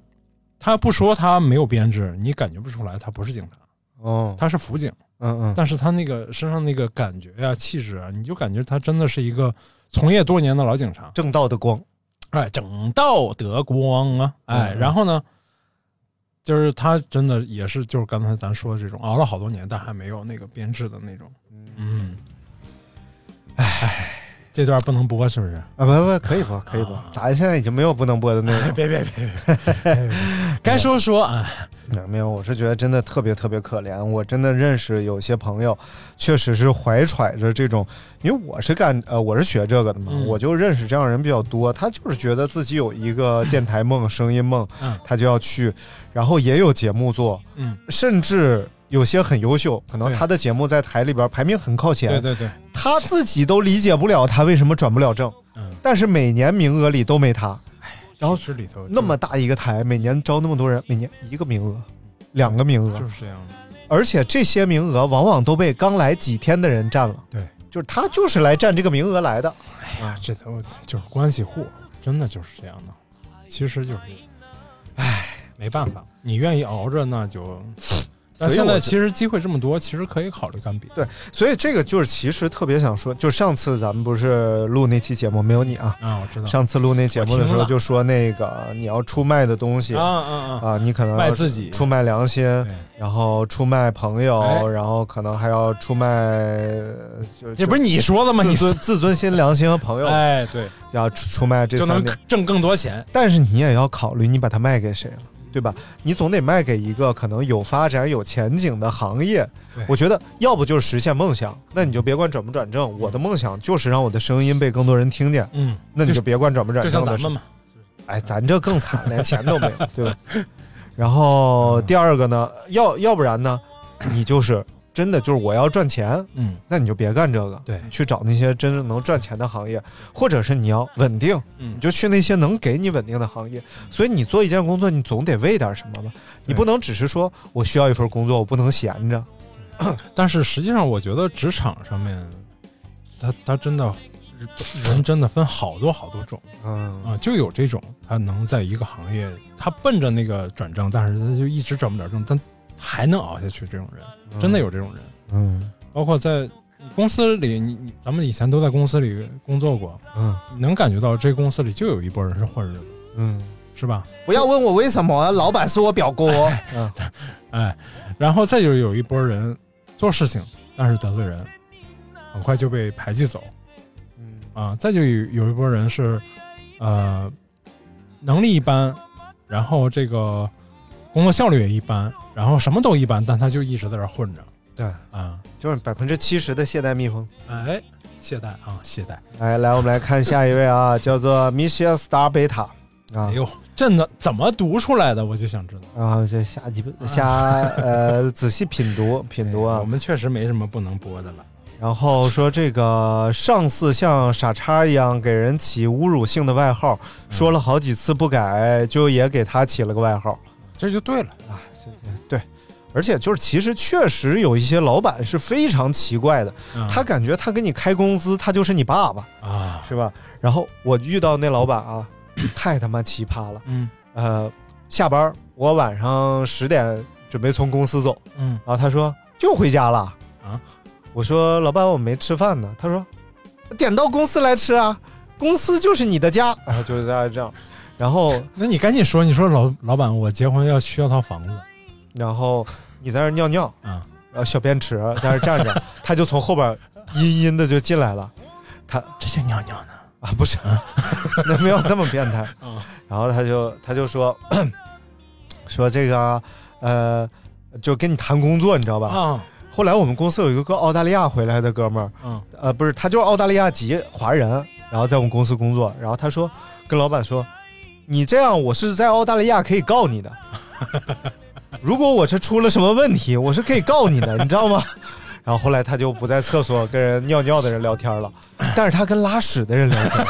Speaker 10: 他不说他没有编制，你感觉不出来他不是警察，
Speaker 9: 哦，
Speaker 10: 他是辅警，
Speaker 9: 嗯嗯，
Speaker 10: 但是他那个身上那个感觉呀、气质啊，你就感觉他真的是一个从业多年的老警察，
Speaker 9: 正道的光，
Speaker 10: 哎，整道德光啊，哎，
Speaker 9: 嗯
Speaker 10: 然后呢，就是他真的也是就是刚才咱说的这种熬了好多年，但还没有那个编制的那种。嗯，哎，这段不能播是不是？。
Speaker 9: 啊，不不，可以播，可以播。啊咱现在已经没有不能播的内 [LAUGHS] 容
Speaker 10: 别别别 [LAUGHS] 别哎别，该说说啊。
Speaker 9: 没有没有，我是觉得真的特别特别可怜。我真的认识有些朋友，确实是怀揣着这种，因为我是干呃我是学这个的嘛，
Speaker 10: 嗯
Speaker 9: 我就认识这样的人比较多。他就是觉得自己有一个电台梦、声音梦
Speaker 10: 嗯，
Speaker 9: 他就要去，然后也有节目做，
Speaker 10: 嗯，
Speaker 9: 甚至有些很优秀，可能
Speaker 10: 对
Speaker 9: 他的节目在台里边排名很靠前，
Speaker 10: 对对对，
Speaker 9: 他自己都理解不了他为什么转不了正，
Speaker 10: 嗯
Speaker 9: 但是每年名额里都没他，然后
Speaker 10: 其实里头
Speaker 9: 那么大一个台，每年招那么多人，每年一个名额，两个名额
Speaker 10: 嗯就，是这样的。
Speaker 9: 而且这些名额往往都被刚来几天的人占了。
Speaker 10: 对，
Speaker 9: 就是他就是来占这个名额来的。
Speaker 10: 哎呀，这都就是关系户，真的就是这样的。其实就是，唉，没办法，你愿意熬着
Speaker 9: [LAUGHS]
Speaker 10: 那就。但现在其实机会这么多，其实可以考虑干别的。
Speaker 9: 对，所以这个就是其实特别想说，就上次咱们不是录那期节目没有你啊？
Speaker 10: 啊，我知道。
Speaker 9: 上次录那节目的时
Speaker 10: 我听
Speaker 9: 候
Speaker 10: 了
Speaker 9: 就说那个你要出卖的东西
Speaker 10: 啊啊啊！
Speaker 9: 啊，你可能
Speaker 10: 卖
Speaker 9: 要
Speaker 10: 自己
Speaker 9: 出卖良心，
Speaker 10: 对，
Speaker 9: 然后出卖朋
Speaker 10: 哎
Speaker 9: 友，然后可能还要出卖，呃就
Speaker 10: 这不是
Speaker 9: 就
Speaker 10: 你说的吗？
Speaker 9: 自
Speaker 10: 你
Speaker 9: 尊、自尊心、良心和朋友，
Speaker 10: [LAUGHS] 哎，对，
Speaker 9: 要出出卖这
Speaker 10: 就
Speaker 9: 三
Speaker 10: 能
Speaker 9: 点。
Speaker 10: 挣更多钱。
Speaker 9: 但是你也要考虑，你把它卖给谁了，对吧？你总得卖给一个可能有发展、有前景的行业
Speaker 10: 对。
Speaker 9: 我觉得，要不就是实现梦想，那你就别管转不转正。我的梦想就是让我的声音被更多人听见，
Speaker 10: 嗯，
Speaker 9: 那你就别管转不转
Speaker 10: 就像
Speaker 9: 正的
Speaker 10: 咱
Speaker 9: 事
Speaker 10: 们嘛，
Speaker 9: 哎，咱这更惨，连钱都没有，对
Speaker 10: [LAUGHS]
Speaker 9: 吧？然后
Speaker 10: 嗯
Speaker 9: 第二个呢，要要不然呢，你就是真的就是我要赚钱，
Speaker 10: 嗯，
Speaker 9: 那你就别干这个，
Speaker 10: 对，
Speaker 9: 去找那些真正能赚钱的行业，或者是你要稳定，你，
Speaker 10: 嗯
Speaker 9: 就去那些能给你稳定的行业。所以你做一件工作，你总得为点什么吧？你不能只是说我需要一份工作，我不能闲着。
Speaker 10: 但是实际上，我觉得职场上面，他他真的人真的分好多好多种。
Speaker 9: 嗯，
Speaker 10: 啊，就有这种，他能在一个行业，他奔着那个转正，但是他就一直转不了正，但还能熬下去，这种人真的有这种人。
Speaker 9: 嗯，
Speaker 10: 包括在公司里，你你咱们以前都在公司里工作过，
Speaker 9: 嗯
Speaker 10: 你能感觉到这公司里就有一波人是混日子，
Speaker 9: 嗯嗯，
Speaker 10: 是吧？
Speaker 12: 不要问我为什么，老板是我表哥。
Speaker 10: 哎，然后再就是有一波人做事情，但是得罪人，很快就被排挤走 [LAUGHS]
Speaker 9: 嗯
Speaker 10: 啊。再就有有一波人是，呃，能力一般，然后这个工作效率也一般，然后什么都一般，但他就一直在这儿混着
Speaker 9: 对，
Speaker 10: 啊。
Speaker 9: 就是百分之七十的懈怠蜜蜂。
Speaker 10: 哎，懈怠啊，懈怠！
Speaker 9: 来来，我们来看下一位啊，叫做 Michelle Star Beta 啊
Speaker 10: 哎。呦，这呢怎么读出来的？我就想知道。
Speaker 9: 然后这下几下呃仔细品读品读
Speaker 10: 哎我
Speaker 9: 啊，
Speaker 10: 们确实没什么不能播的了。
Speaker 9: 然后说这个上司像傻叉一样给人起侮辱性的外号，说了好几次不改，就也给他起了个外号
Speaker 10: 这就对了，
Speaker 9: 啊，这这对。而且就是，其实确实有一些老板是非常奇怪的，
Speaker 10: 嗯
Speaker 9: 他感觉他给你开工资，他就是你爸爸，
Speaker 10: 啊，
Speaker 9: 是吧？然后我遇到那老板啊， [CLEARS THROAT] 太他妈奇葩了。
Speaker 10: 嗯
Speaker 9: 呃，下班儿我晚上十点准备从公司走，
Speaker 10: 嗯
Speaker 9: 然后他说就回家了
Speaker 10: 啊。
Speaker 9: 我说老板，我没吃饭呢。他说点到公司来吃啊，公司就是你的家。 [LAUGHS] 然后就是大概这样，然后
Speaker 10: 那你赶紧说，你说老老板，我结婚要需要套房子
Speaker 9: 然后你在那儿尿尿，
Speaker 10: 啊，
Speaker 9: 然后小便池在那儿站着，他就从后边阴阴的就进来了。他
Speaker 10: 这就尿尿呢。
Speaker 9: 啊，不是，那没有这么变态
Speaker 10: 嗯。
Speaker 9: 然后他就他就说 [COUGHS] 说这个呃，就跟你谈工作，你知道吧？
Speaker 10: 啊，
Speaker 9: 后来我们公司有一个个澳大利亚回来的哥们儿，
Speaker 10: 嗯，
Speaker 9: 呃，不是，他就是澳大利亚籍华人，然后在我们公司工作，然后他说跟老板说，你这样我是在澳大利亚可以告你的，如果我这出了什么问题，我是可以告你的，你知 [LAUGHS] 道吗？然后后来他就不在厕所跟人尿尿的人聊天了，但是他跟拉屎的人聊天，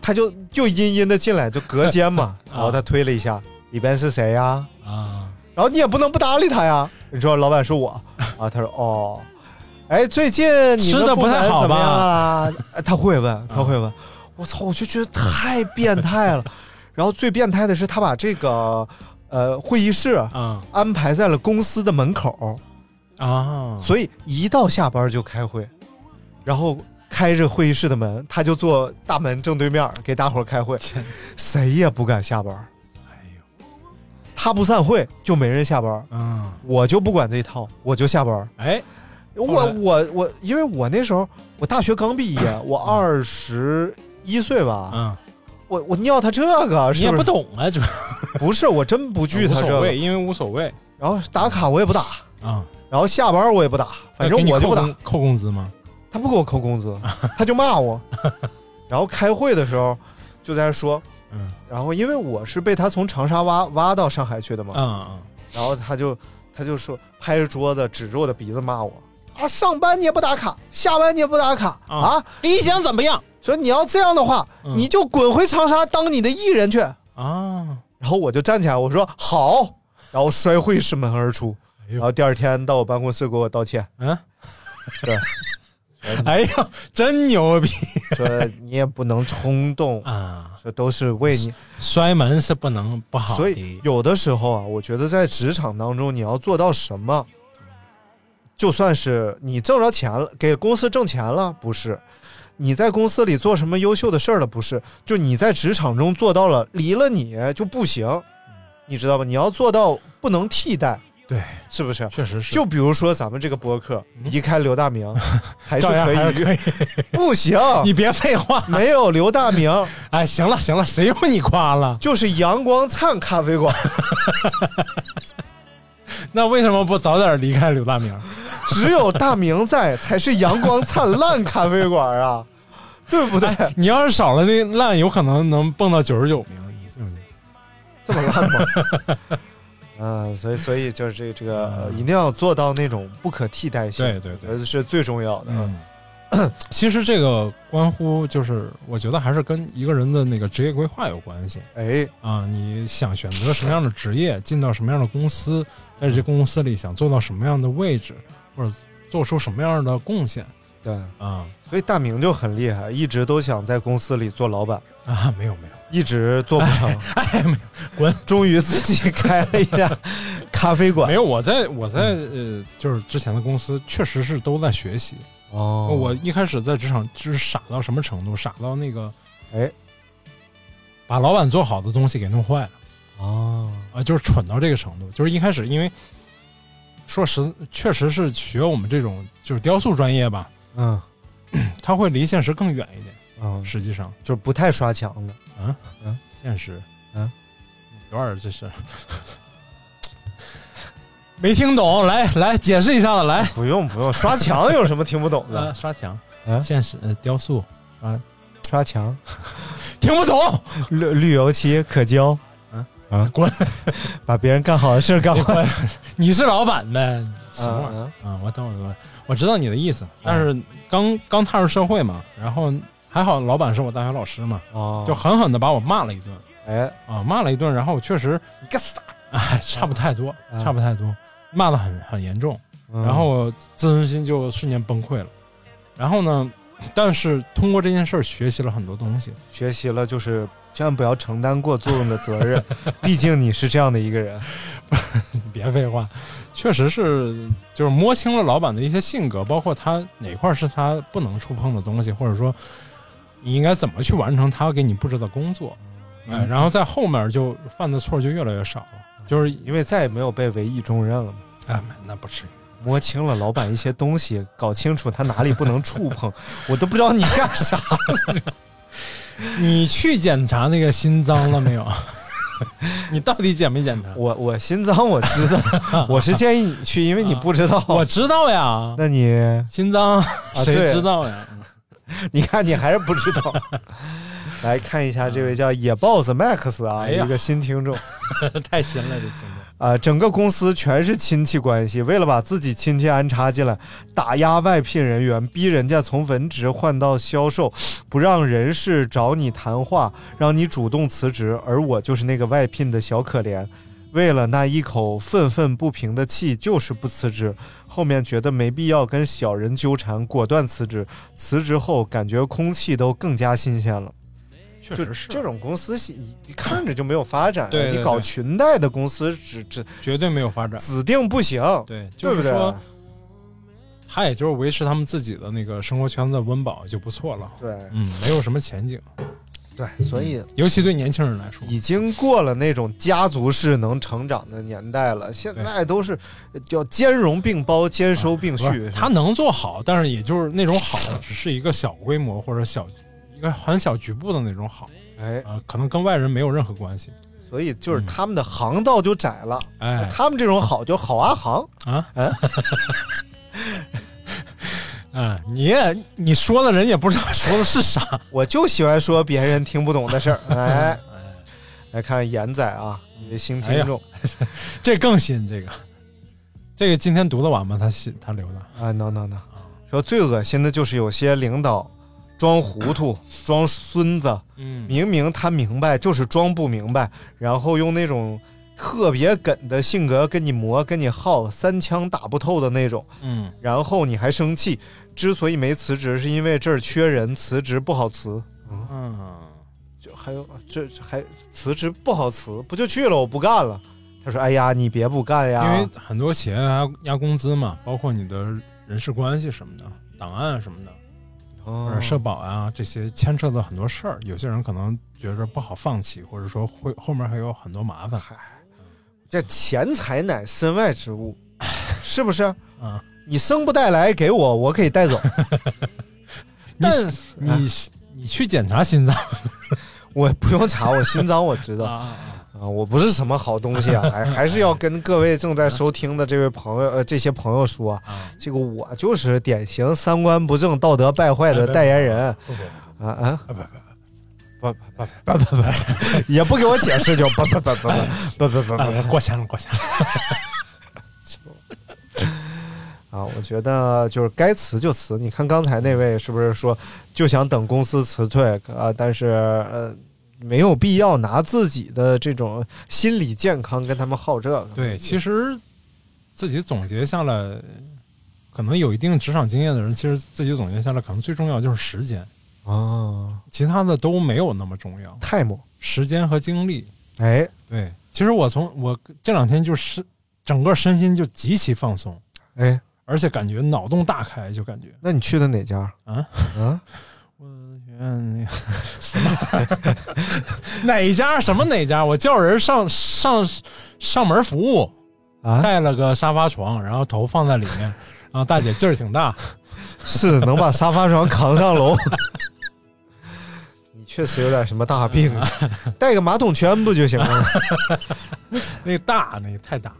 Speaker 9: 他就就阴阴的进来，就隔间嘛，然后他推了一下，里边是谁呀、
Speaker 10: 啊，
Speaker 9: 然后你也不能不搭理他呀。你说老板是我啊，他说哦，哎，最近你
Speaker 10: 吃
Speaker 9: 们
Speaker 10: 得
Speaker 9: 部
Speaker 10: 不太
Speaker 9: 门
Speaker 10: 好
Speaker 9: 怎么
Speaker 10: 吧
Speaker 9: 样啦？哎 [LAUGHS] 他会问，他会问，我操，我就觉得太变态 [LAUGHS] 了。然后最变态的是，他把这个呃会议室
Speaker 10: 啊
Speaker 9: 安排在了公司的门口，
Speaker 10: 啊，
Speaker 9: 所以一到下班就开会，然后。开着会议室的门，他就坐大门正对面给大伙儿开会，谁也不敢下班。
Speaker 10: 哎呦，
Speaker 9: 他不散会就没人下班，
Speaker 10: 嗯，
Speaker 9: 我就不管这一套，我就下班。
Speaker 10: 哎，
Speaker 9: 我
Speaker 10: 来
Speaker 9: 我我，因为我那时候我大学刚毕业，我二十一岁吧，
Speaker 10: 嗯，
Speaker 9: 我我尿他这个，
Speaker 13: 你
Speaker 9: 啊是
Speaker 13: 也
Speaker 9: 不
Speaker 13: 不
Speaker 9: 是？
Speaker 13: 懂啊，主要
Speaker 9: [LAUGHS] 不是，我真不惧
Speaker 10: 无
Speaker 9: 他这
Speaker 10: 所
Speaker 9: 个
Speaker 10: 谓，。因为无所谓
Speaker 9: 然后打卡我也不打，
Speaker 10: 啊。
Speaker 13: 嗯
Speaker 9: 然后下班我也不打，反正
Speaker 10: 给你
Speaker 9: 我就
Speaker 10: 扣
Speaker 9: 不打
Speaker 10: 工。扣工资吗？
Speaker 9: 他不给我扣工
Speaker 10: [LAUGHS]
Speaker 9: 资，他就骂我。然后开会的时候就在那说，
Speaker 10: 嗯
Speaker 9: 然后因为我是被他从长沙挖挖到上海去的嘛，
Speaker 10: 嗯
Speaker 9: 然后他就他就说拍着桌子指着我的鼻子骂我啊，上班你也不打卡，下班你也不打卡
Speaker 13: 啊
Speaker 9: 啊，
Speaker 13: 理想怎么样？
Speaker 9: 说你要这样的话，
Speaker 10: 嗯
Speaker 9: 你就滚回长沙当你的艺人去。
Speaker 10: 嗯啊，
Speaker 9: 然后我就站起来，我说好，然后摔会师门而出。
Speaker 10: 哎呦
Speaker 9: 然后第二天到我办公室给我道歉，
Speaker 10: 嗯，
Speaker 9: [LAUGHS] 对，
Speaker 13: 啊 [LAUGHS] 哎呦，真牛逼
Speaker 9: 说你也不能冲动，
Speaker 13: 啊！
Speaker 9: 说都是为你。
Speaker 13: 摔门是不能不好
Speaker 9: 所以
Speaker 13: 的，
Speaker 9: 有的时候啊，我觉得在职场当中，你要做到什么，就算是你挣着钱了，给公司挣钱了，不是。你在公司里做什么优秀的事儿了？不是，就你在职场中做到了，离了你就不行，你知道吧？你要做到不能替代，
Speaker 10: 对，
Speaker 9: 是不是？
Speaker 10: 确实是，嗯
Speaker 9: 就比如说咱们这个播客，离开刘大
Speaker 10: [LAUGHS]
Speaker 9: 明还是
Speaker 10: 照样
Speaker 9: 可
Speaker 10: 还
Speaker 9: 以
Speaker 10: 是
Speaker 9: 约，
Speaker 10: 可以。
Speaker 9: 不
Speaker 10: [LAUGHS]
Speaker 9: 行，
Speaker 13: 你别废话。
Speaker 9: 没有刘大明
Speaker 13: 哎，行了行了，谁用你夸了？
Speaker 9: 就是阳光灿咖啡馆，
Speaker 13: 那为什么不早点离开刘大明？
Speaker 9: 只有大明在才是阳光灿烂咖啡馆啊，对不对？
Speaker 10: 哎
Speaker 13: 哎你要是少了那烂，有可能能蹦到九十九名，你信不信？
Speaker 9: 这么烂 [LAUGHS] 吗？嗯，所以所以就是这这个、呃一定要做到那种不可替代性，
Speaker 13: 对对对
Speaker 9: 我觉得是最重要的。
Speaker 10: 嗯，其实这个关乎就是，我觉得还是跟一个人的那个职业规划有关系
Speaker 9: 哎，
Speaker 10: 啊。你想选择什么样的职业，进到什么样的公司，在这公司里想做到什么样的位置，或者做出什么样的贡献
Speaker 9: 对，
Speaker 10: 啊
Speaker 9: 所以大明就很厉害，一直都想在公司里做老板，
Speaker 10: 啊，没有没有，
Speaker 9: 一直做不成，
Speaker 10: 哎没有滚，
Speaker 9: 终于自己开了一家咖啡
Speaker 10: 没
Speaker 9: 馆。
Speaker 10: 有我在我在
Speaker 9: 嗯
Speaker 10: 呃，就是之前的公司确实是都在学习。
Speaker 9: 哦
Speaker 10: 我一开始在职场就是傻到什么程度，傻到那个
Speaker 9: 哎，
Speaker 10: 把老板做好的东西给弄坏了。
Speaker 9: 哦，
Speaker 10: 啊，就是蠢到这个程度。就是一开始，因为说实，确实是学我们这种就是雕塑专业吧，
Speaker 9: 嗯
Speaker 10: 它会离现实更远一点。
Speaker 9: 嗯，
Speaker 10: 实际上，
Speaker 9: 就是不太刷墙的。
Speaker 10: 现实，
Speaker 9: 嗯，
Speaker 10: 有点儿这是
Speaker 13: 没听懂，来来解释一下子，来，
Speaker 9: 不用不用，刷墙有什么听不懂
Speaker 10: 呃
Speaker 9: 的？
Speaker 10: 刷墙
Speaker 9: 啊，
Speaker 10: 现实呃雕塑
Speaker 9: 刷墙，
Speaker 13: 听不
Speaker 9: [LAUGHS]
Speaker 13: 懂。
Speaker 9: 绿绿油漆可浇。
Speaker 10: 嗯 [LAUGHS]
Speaker 9: 啊，
Speaker 13: 滚！
Speaker 9: [LAUGHS] 把别人干好的事儿干好。
Speaker 13: 你是老板呗？什么玩意儿？
Speaker 9: 啊，
Speaker 10: 啊，我懂我懂，我知道你的意
Speaker 9: 嗯
Speaker 10: 思，但是刚刚踏入社会嘛，然后还好老板是我大学老师嘛，
Speaker 9: 哦
Speaker 10: 嗯就狠狠的把我骂了一顿
Speaker 9: 哎，
Speaker 10: 啊，骂了一顿，然后我确实
Speaker 9: 你个傻！
Speaker 10: 哎差不太多，
Speaker 9: 啊嗯
Speaker 10: 差不太多，骂的很很严重。然后我自尊心就瞬间崩溃了。然后呢，但是通过这件事儿学习了很多东西。 [LAUGHS]
Speaker 9: 学习了，就是千万不要承担过作用的责任，毕竟你是这样的一个人。
Speaker 10: 你别废话，确实是就是摸清了老板的一些性格，包括他哪块儿是他不能触碰的东西，或者说你应该怎么去完成他给你布置的工作。哎，然后在后面就犯的错就越来越少了，就是
Speaker 9: 因为再也没有被委以重任了嘛。
Speaker 10: 哎，那不至于。
Speaker 9: 摸清了老板一些东西，搞清楚他哪里不能触碰，我都不知道你干啥。
Speaker 13: 你去检查那个心脏了没
Speaker 10: [LAUGHS]
Speaker 13: 有？你到底检没检查？
Speaker 9: 我我心脏我知道， [LAUGHS] 我是建议你去，因为你不知道。
Speaker 13: 我知道呀，
Speaker 9: 那你
Speaker 13: 心脏谁
Speaker 10: 啊 [LAUGHS]
Speaker 9: 对
Speaker 13: 知道呀？
Speaker 9: 你看你还是不知道。 [LAUGHS] 来看一下这位叫野豹子 Max 啊，
Speaker 13: 哎呀
Speaker 9: 一个新听众。
Speaker 10: 啊 [LAUGHS]
Speaker 13: 太新了，这听众。
Speaker 9: 啊、整个公司全是亲戚关系，为了把自己亲戚安插进来，打压外聘人员，逼人家从文职换到销售，不让人事找你谈话，让你主动辞职。而我就是那个外聘的小可怜，为了那一口愤愤不平的气，就是不辞职。后面觉得没必要跟小人纠缠，果断辞职。辞职后感觉空气都更加新鲜了。
Speaker 10: 确
Speaker 9: 就
Speaker 10: 实是，
Speaker 9: 这种公司，你你看着就没有发展啊。
Speaker 10: 对对
Speaker 9: 你搞
Speaker 10: 对
Speaker 9: 裙带的公司，只只
Speaker 10: 绝对没有发展。
Speaker 9: 指定不行，
Speaker 10: 对，啊就
Speaker 9: 对不
Speaker 10: 是
Speaker 9: 对？
Speaker 10: 说，他也就是维持他们自己的那个生活圈子的温饱就不错了。嗯
Speaker 9: 对，
Speaker 10: 嗯，没有什么前景。
Speaker 14: 对，所以
Speaker 10: 尤其对年轻人来说，
Speaker 9: 已经过了那种家族式能成长的年代了，现在都是呃叫兼容并包、兼收并
Speaker 10: 不
Speaker 9: 蓄
Speaker 10: 是。他能做好，但是也就是那种好，只是一个小规模或者小一个很小局部的那种好，
Speaker 9: 哎
Speaker 10: 啊，可能跟外人没有任何关系。
Speaker 9: 所以就是他们的航道就窄了，
Speaker 10: 哎
Speaker 9: 他们这种好就好啊行，
Speaker 10: 啊， [LAUGHS] 啊，你也你说的人也不知道说的是啥，
Speaker 9: 我就喜欢说别人听不懂的
Speaker 10: [LAUGHS]
Speaker 9: 事儿。哎，来看严仔啊，一位新听
Speaker 10: 哎
Speaker 9: 众、
Speaker 10: 这更新这个，这个今天读得完吗？他信他留的，
Speaker 9: 啊，no no no，说
Speaker 10: 嗯
Speaker 9: 最恶心的就是有些领导装糊涂、装孙子，
Speaker 10: 嗯，
Speaker 9: 明明他明白，就是装不明白，然后用那种特别梗的性格跟你磨、跟你耗，三枪打不透的那种。
Speaker 10: 嗯，
Speaker 9: 然后你还生气，之所以没辞职，是因为这儿缺人，辞职不好辞。
Speaker 10: 嗯，
Speaker 9: 就还有这这还辞职不好辞，不就去了？我不干了。他说：“哎呀，你别不干呀，
Speaker 10: 因为很多企业压压工资嘛，包括你的人事关系什么的，档案什么的，或者
Speaker 9: 哦
Speaker 10: 社保啊这些牵扯到很多事儿，有些人可能觉着不好放弃，或者说会后面还有很多麻
Speaker 9: 哎
Speaker 10: 烦。
Speaker 9: 这钱财乃身外之 [LAUGHS] 物，是不是？
Speaker 10: 啊，
Speaker 9: 你生不带来给我，我可以带 [LAUGHS] 走。但
Speaker 10: 你、你去检查心脏
Speaker 9: 我不用查，我心脏我知道
Speaker 10: 啊
Speaker 9: 我不是什么好东西啊，哎，还是要跟各位正在收听的这位朋友，呃，这些朋友说啊，这个我就是典型三观不正、道德败坏的代言人啊啊！不不不不不不，也不给我解释就不不不不不
Speaker 10: 啊
Speaker 9: 不不不
Speaker 10: 过钱了，过钱了。
Speaker 9: 啊！我觉得就是该辞就辞。你看刚才那位是不是说就想等公司辞退啊、但是呃，没有必要拿自己的这种心理健康跟他们耗这个。
Speaker 10: 对，其实自己总结下来，可能有一定职场经验的人，其实自己总结下来，可能最重要就是时间，
Speaker 9: 啊，
Speaker 10: 其他的都没有那么重要。
Speaker 9: 太猛！
Speaker 10: 时间和精力，
Speaker 9: 哎，
Speaker 10: 对，其实我从我这两天就是整个身心就极其放松，
Speaker 9: 哎，
Speaker 10: 而且感觉脑洞大开，就感觉
Speaker 9: 那你去的哪家
Speaker 10: 啊，
Speaker 9: 啊？
Speaker 10: 嗯，那个 [LAUGHS] 什么哪家什么哪家，我叫人上上上门服务，
Speaker 9: 啊
Speaker 10: 带了个沙发床，然后头放在里面，然后大姐劲儿挺大，
Speaker 9: 是能把沙发床扛上楼？你确实有点什么大病，带个马桶圈不就行了？
Speaker 10: 那个大那个太大，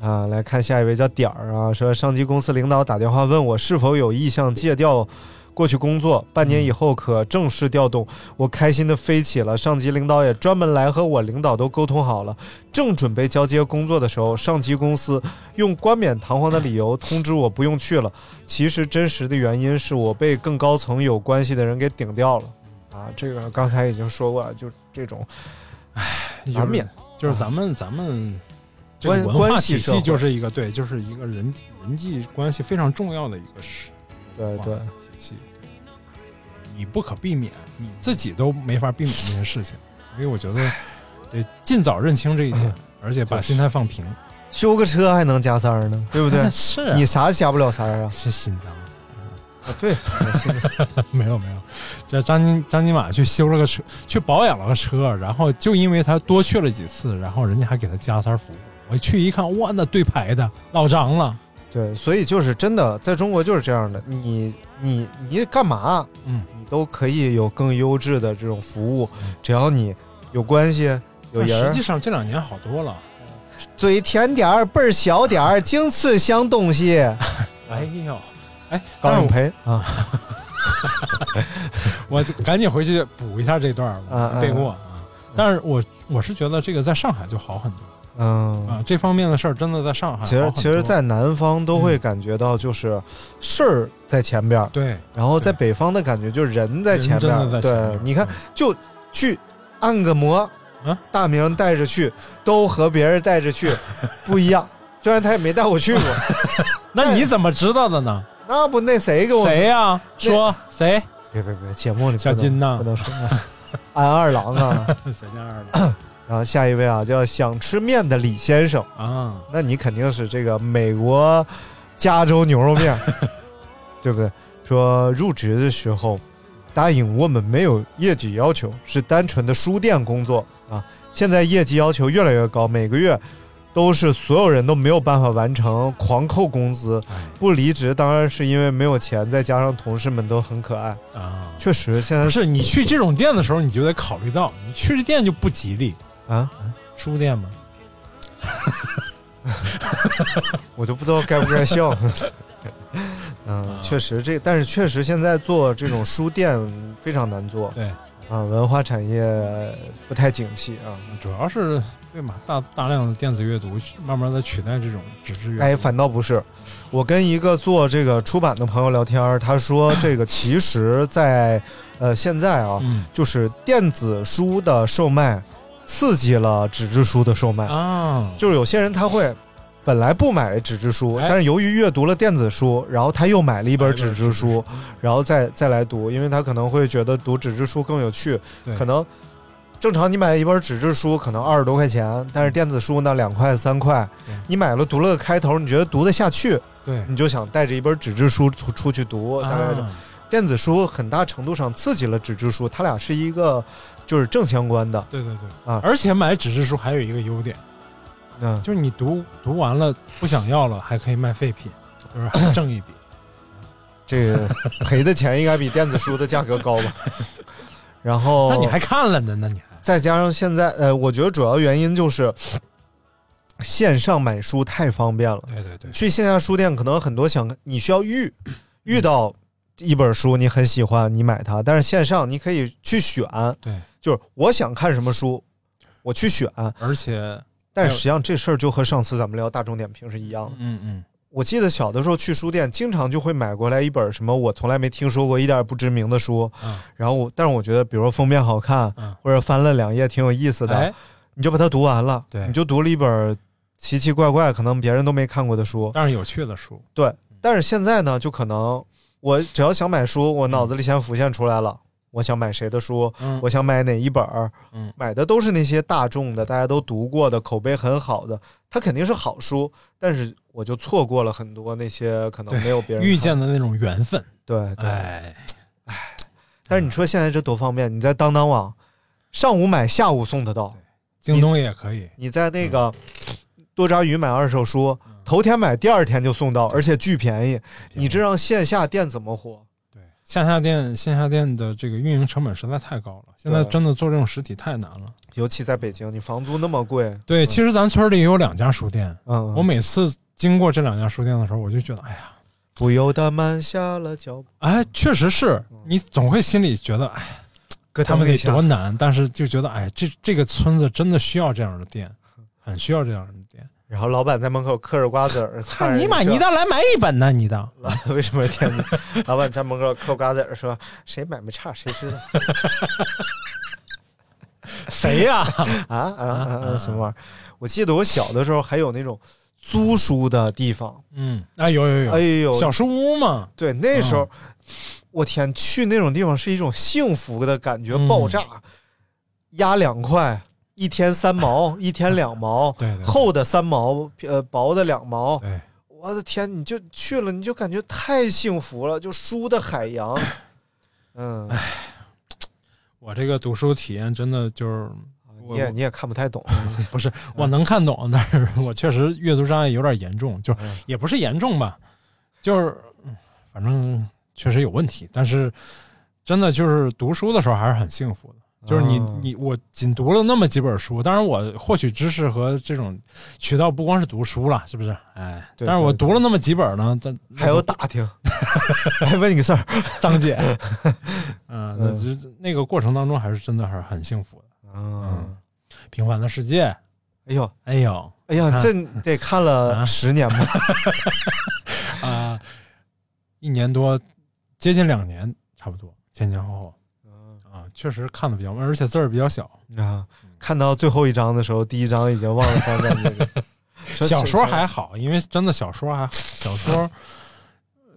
Speaker 9: 啊，来看下一位叫点儿啊，说上级公司领导打电话问我是否有意向借调过去工作，半年以后可正式调动，我开心的飞起了。上级领导也专门来和我领导都沟通好了，正准备交接工作的时候，上级公司用冠冕堂皇的理由通知我不用去了。其实真实的原因是我被更高层有关系的人给顶掉了。啊，这个刚才已经说过了，就这种哎难免啊
Speaker 10: 就是咱们咱们这个
Speaker 9: 关
Speaker 10: 文化
Speaker 9: 关系
Speaker 10: 体
Speaker 9: 社会
Speaker 10: 系就是一个对，就是一个人际人际关系非常重要的一个事
Speaker 9: 对哎对
Speaker 10: 文化体系，你不可避免，你自己都没法避免这些事情，所以我觉得得尽早认清这一
Speaker 9: 嗯
Speaker 10: 点，而且把心态放平，？
Speaker 9: 修个车还能加塞儿呢，对不对
Speaker 10: 是 [LAUGHS] 啊
Speaker 9: 你啥加不了塞儿啊？
Speaker 10: 是心脏。啊
Speaker 9: 对，
Speaker 10: 没有没有，这张金张金马去修了个车，去保养了个车，然后就因为他多去了几次，然后人家还给他加塞儿服务。我去一看，哇，那对牌的老张了，
Speaker 9: [LAUGHS] 对，所以就是真的，在中国就是这样的，你你你干嘛，
Speaker 10: 嗯，
Speaker 9: 你都可以有更优质的这种服务，只要你有关系有
Speaker 10: 但
Speaker 9: 人
Speaker 10: 实
Speaker 9: 儿啊
Speaker 10: 际，上这两年好多了。
Speaker 9: 嘴甜点儿倍儿小点儿，精致香东
Speaker 10: [LAUGHS]
Speaker 9: 西。
Speaker 10: 哎呦，哎，
Speaker 9: 高
Speaker 10: 但
Speaker 9: 永
Speaker 10: 是
Speaker 9: 培
Speaker 10: [LAUGHS]
Speaker 9: 啊，
Speaker 10: 我就赶紧回去补一下这段儿
Speaker 9: 啊啊
Speaker 10: 吧，背过啊。但是我我是觉得这个在上海就好很多
Speaker 9: 嗯，
Speaker 10: 啊，这方面的事儿真的在上海
Speaker 9: 其
Speaker 10: 好
Speaker 9: 实
Speaker 10: 很
Speaker 9: 其实，
Speaker 10: 多嗯
Speaker 9: 在南方都会感觉到就是事儿在前边儿，
Speaker 10: 对
Speaker 9: 然后在北方的感觉就是人在前边
Speaker 10: 人真
Speaker 9: 儿。
Speaker 10: 的在前边
Speaker 9: 对
Speaker 10: 儿，
Speaker 9: 你看
Speaker 10: 嗯
Speaker 9: 就去按个摩，
Speaker 10: 啊
Speaker 9: 大明带着去，都和别人带着
Speaker 10: [LAUGHS]
Speaker 9: 去不一样。虽然他也没带我去过，
Speaker 10: 那你怎么知道的呢？
Speaker 9: 那不那谁给我？
Speaker 10: 谁呀？说
Speaker 9: [LAUGHS]
Speaker 10: 谁？
Speaker 9: 别别别，节目里不能
Speaker 10: 小金呐
Speaker 9: 不能说。安二郎
Speaker 10: [LAUGHS]
Speaker 9: 啊，
Speaker 10: 谁家二的
Speaker 9: 然后下一位啊，叫想吃面的李先生，
Speaker 10: 啊？
Speaker 9: 那你肯定是这个美国加州牛肉面，对不对？说入职的时候，答应我们没有业绩要求，是单纯的书店工作啊。现在业绩要求越来越高，每个月都是所有人都没有办法完成，狂扣工资，
Speaker 10: 哎
Speaker 9: 不离职当然是因为没有钱，再加上同事们都很可爱
Speaker 10: 啊。
Speaker 9: 确实，现在
Speaker 10: 不是你去这种店的时候，你就得考虑到，你去这店就不吉利
Speaker 9: 啊。
Speaker 10: 书店嘛，
Speaker 9: 我都不知道该不该 [LAUGHS] 笑。嗯，确实这，但是确实现在做这种书店非常难做。
Speaker 10: 对，
Speaker 9: 啊，文化产业不太景气啊。
Speaker 10: 主要是对嘛，大大量的电子阅读慢慢的取代这种纸质阅读。
Speaker 9: 哎，反倒不是。我跟一个做这个出版的朋友聊天儿，他说这个其实在，呃现在啊，
Speaker 10: 嗯
Speaker 9: 就是电子书的售卖刺激了纸质书的售卖
Speaker 10: 啊，
Speaker 9: 就是有些人他会。本来不买纸质书，但是由于阅读了电子书，然后他又哎买了一本纸质书，然后再再来读，因为他可能会觉得读纸质书更有趣
Speaker 10: 对，
Speaker 9: 可能正常你买一本纸质书可能二十多块钱，但是电子书呢两块三块，你买了读了个开头，你觉得读得下去，
Speaker 10: 对
Speaker 9: 你就想带着一本纸质书出出去读，大概是。
Speaker 10: 啊
Speaker 9: 电子书很大程度上刺激了纸质书，它俩是一个就是正相关的。
Speaker 10: 对对对
Speaker 9: 啊
Speaker 10: 而且买纸质书还有一个优点，
Speaker 9: 嗯，
Speaker 10: 就是你读读完了不想要了，还可以卖废品，就是还挣一笔。
Speaker 9: 这
Speaker 10: [LAUGHS]
Speaker 9: 个赔的钱应该比电子书的价格高吧？然后，
Speaker 10: 那你还看了呢？那你还
Speaker 9: 再加上现在，呃，我觉得主要原因就是线上买书太方便了。
Speaker 10: 对对对，
Speaker 9: 去线下书店可能很多想你需要遇遇到一本书你很喜欢，你买它，但是线上你可以去选，
Speaker 10: 对，
Speaker 9: 就是我想看什么书，我去选。
Speaker 10: 而且，
Speaker 9: 但是实际上这事儿就和上次咱们聊大众点评是一样的。
Speaker 10: 嗯嗯，
Speaker 9: 我记得小的时候去书店，经常就会买过来一本什么我从来没听说过、一点儿不知名的书，
Speaker 10: 嗯
Speaker 9: 然后我但是我觉得，比如说封面好看，或者翻了两页挺有意思的，
Speaker 10: 哎
Speaker 9: 你就把它读完了，
Speaker 10: 对
Speaker 9: 你就读了一本奇奇怪怪、可能别人都没看过的书。
Speaker 10: 但是有趣的书，
Speaker 9: 对，但是现在呢，就可能我只要想买书，我脑子里先浮现出来了，我想买谁的书，
Speaker 10: 嗯
Speaker 9: 我想买哪一本儿，
Speaker 10: 嗯
Speaker 9: 买的都是那些大众的、大家都读过的、口碑很好的，它肯定是好书，但是我就错过了很多那些可能
Speaker 10: 对
Speaker 9: 没有别人
Speaker 10: 遇
Speaker 9: 看
Speaker 10: 见的那种缘分。
Speaker 9: 对对。
Speaker 10: 哎，
Speaker 9: 但是你说现在这多方便，你在当当网上午买，下午送得到，
Speaker 10: 京东也可以。
Speaker 9: 你在
Speaker 10: 嗯
Speaker 9: 那个多抓鱼买二手书，头天买，第二天就送到，而且巨便宜。你这让线下店怎么活？
Speaker 10: 线下店线下店的这个运营成本实在太高了，现在
Speaker 9: 对
Speaker 10: 真的做这种实体太难了。
Speaker 9: 尤其在北京，你房租那么贵，
Speaker 10: 对，其实咱村里也有两家书店，
Speaker 9: 嗯
Speaker 10: 我每次经过这两家书店的时候，我就觉得，哎呀，
Speaker 9: 不由得慢下了脚步。
Speaker 10: 哎，确实是
Speaker 9: 嗯
Speaker 10: 你总会心里觉得，哎，
Speaker 9: 咯
Speaker 10: 他
Speaker 9: 噔
Speaker 10: 们
Speaker 9: 一
Speaker 10: 得
Speaker 9: 下
Speaker 10: 多难，但是就觉得，哎，这这个村子真的需要这样的店，
Speaker 9: 嗯
Speaker 10: 很需要这样的店。
Speaker 9: 然后老板在门口嗑着瓜子儿，操
Speaker 10: 看你买你的来买一本呢，你的
Speaker 9: [LAUGHS] 为什么天哪？老板在门口嗑瓜子儿说：“谁买卖差谁知道
Speaker 10: [LAUGHS] 谁呀？
Speaker 9: 啊啊啊
Speaker 10: [LAUGHS]
Speaker 9: 啊！什么玩意儿？”我记得我小的时候还有那种租书的地方，
Speaker 10: 嗯，啊，有有有，
Speaker 9: 哎呦，
Speaker 10: 小书屋嘛，
Speaker 9: 对，那时候、
Speaker 10: 嗯
Speaker 9: 我天，去那种地方是一种幸福的感觉，
Speaker 10: 嗯
Speaker 9: 爆炸，压两块，一天三毛，一天两
Speaker 10: [LAUGHS]
Speaker 9: 毛，
Speaker 10: 对对对
Speaker 9: 厚的三毛，呃，薄的两毛。
Speaker 10: 对，
Speaker 9: 我的天，你就去了，你就感觉太幸福了，就书的海洋。嗯，
Speaker 10: 哎我这个读书体验真的就是。 [LAUGHS] 我
Speaker 9: 你也你也看不太懂，
Speaker 10: 不
Speaker 9: 嗯
Speaker 10: 是，我能看懂，但是我确实阅读障碍有点严重，就是
Speaker 9: 嗯
Speaker 10: 也不是严重吧，就是嗯反正确实有问题。但是真的就是读书的时候还是很幸福的，就是你
Speaker 9: 哦
Speaker 10: 你我仅读了那么几本书，当然我获取知识和这种渠道不光是读书了，是不是？哎，
Speaker 9: 对
Speaker 10: 但是我
Speaker 9: 对对
Speaker 10: 读了那么几本呢，
Speaker 9: [LAUGHS]
Speaker 10: 但
Speaker 9: 还有打听。哎，问你个事
Speaker 10: [LAUGHS]
Speaker 9: 儿，
Speaker 10: 张姐，嗯，那就那个过程当中还是真的还是很幸福的。
Speaker 9: 嗯，
Speaker 10: 平凡的世界，
Speaker 9: 哎呦，
Speaker 10: 哎呦，
Speaker 9: 哎呀，
Speaker 10: 看
Speaker 9: 这得看了
Speaker 10: 啊
Speaker 9: 十年吧？
Speaker 10: [LAUGHS] 啊、一年多，接近两年，差不多前前后后。啊，确实看的比较慢，而且字儿比较小。
Speaker 9: 啊，看到最后一章的时候，第一章已经忘了翻在那个说
Speaker 10: [LAUGHS] 小说
Speaker 9: 说
Speaker 10: 还好，因为真的小说还好。小说呃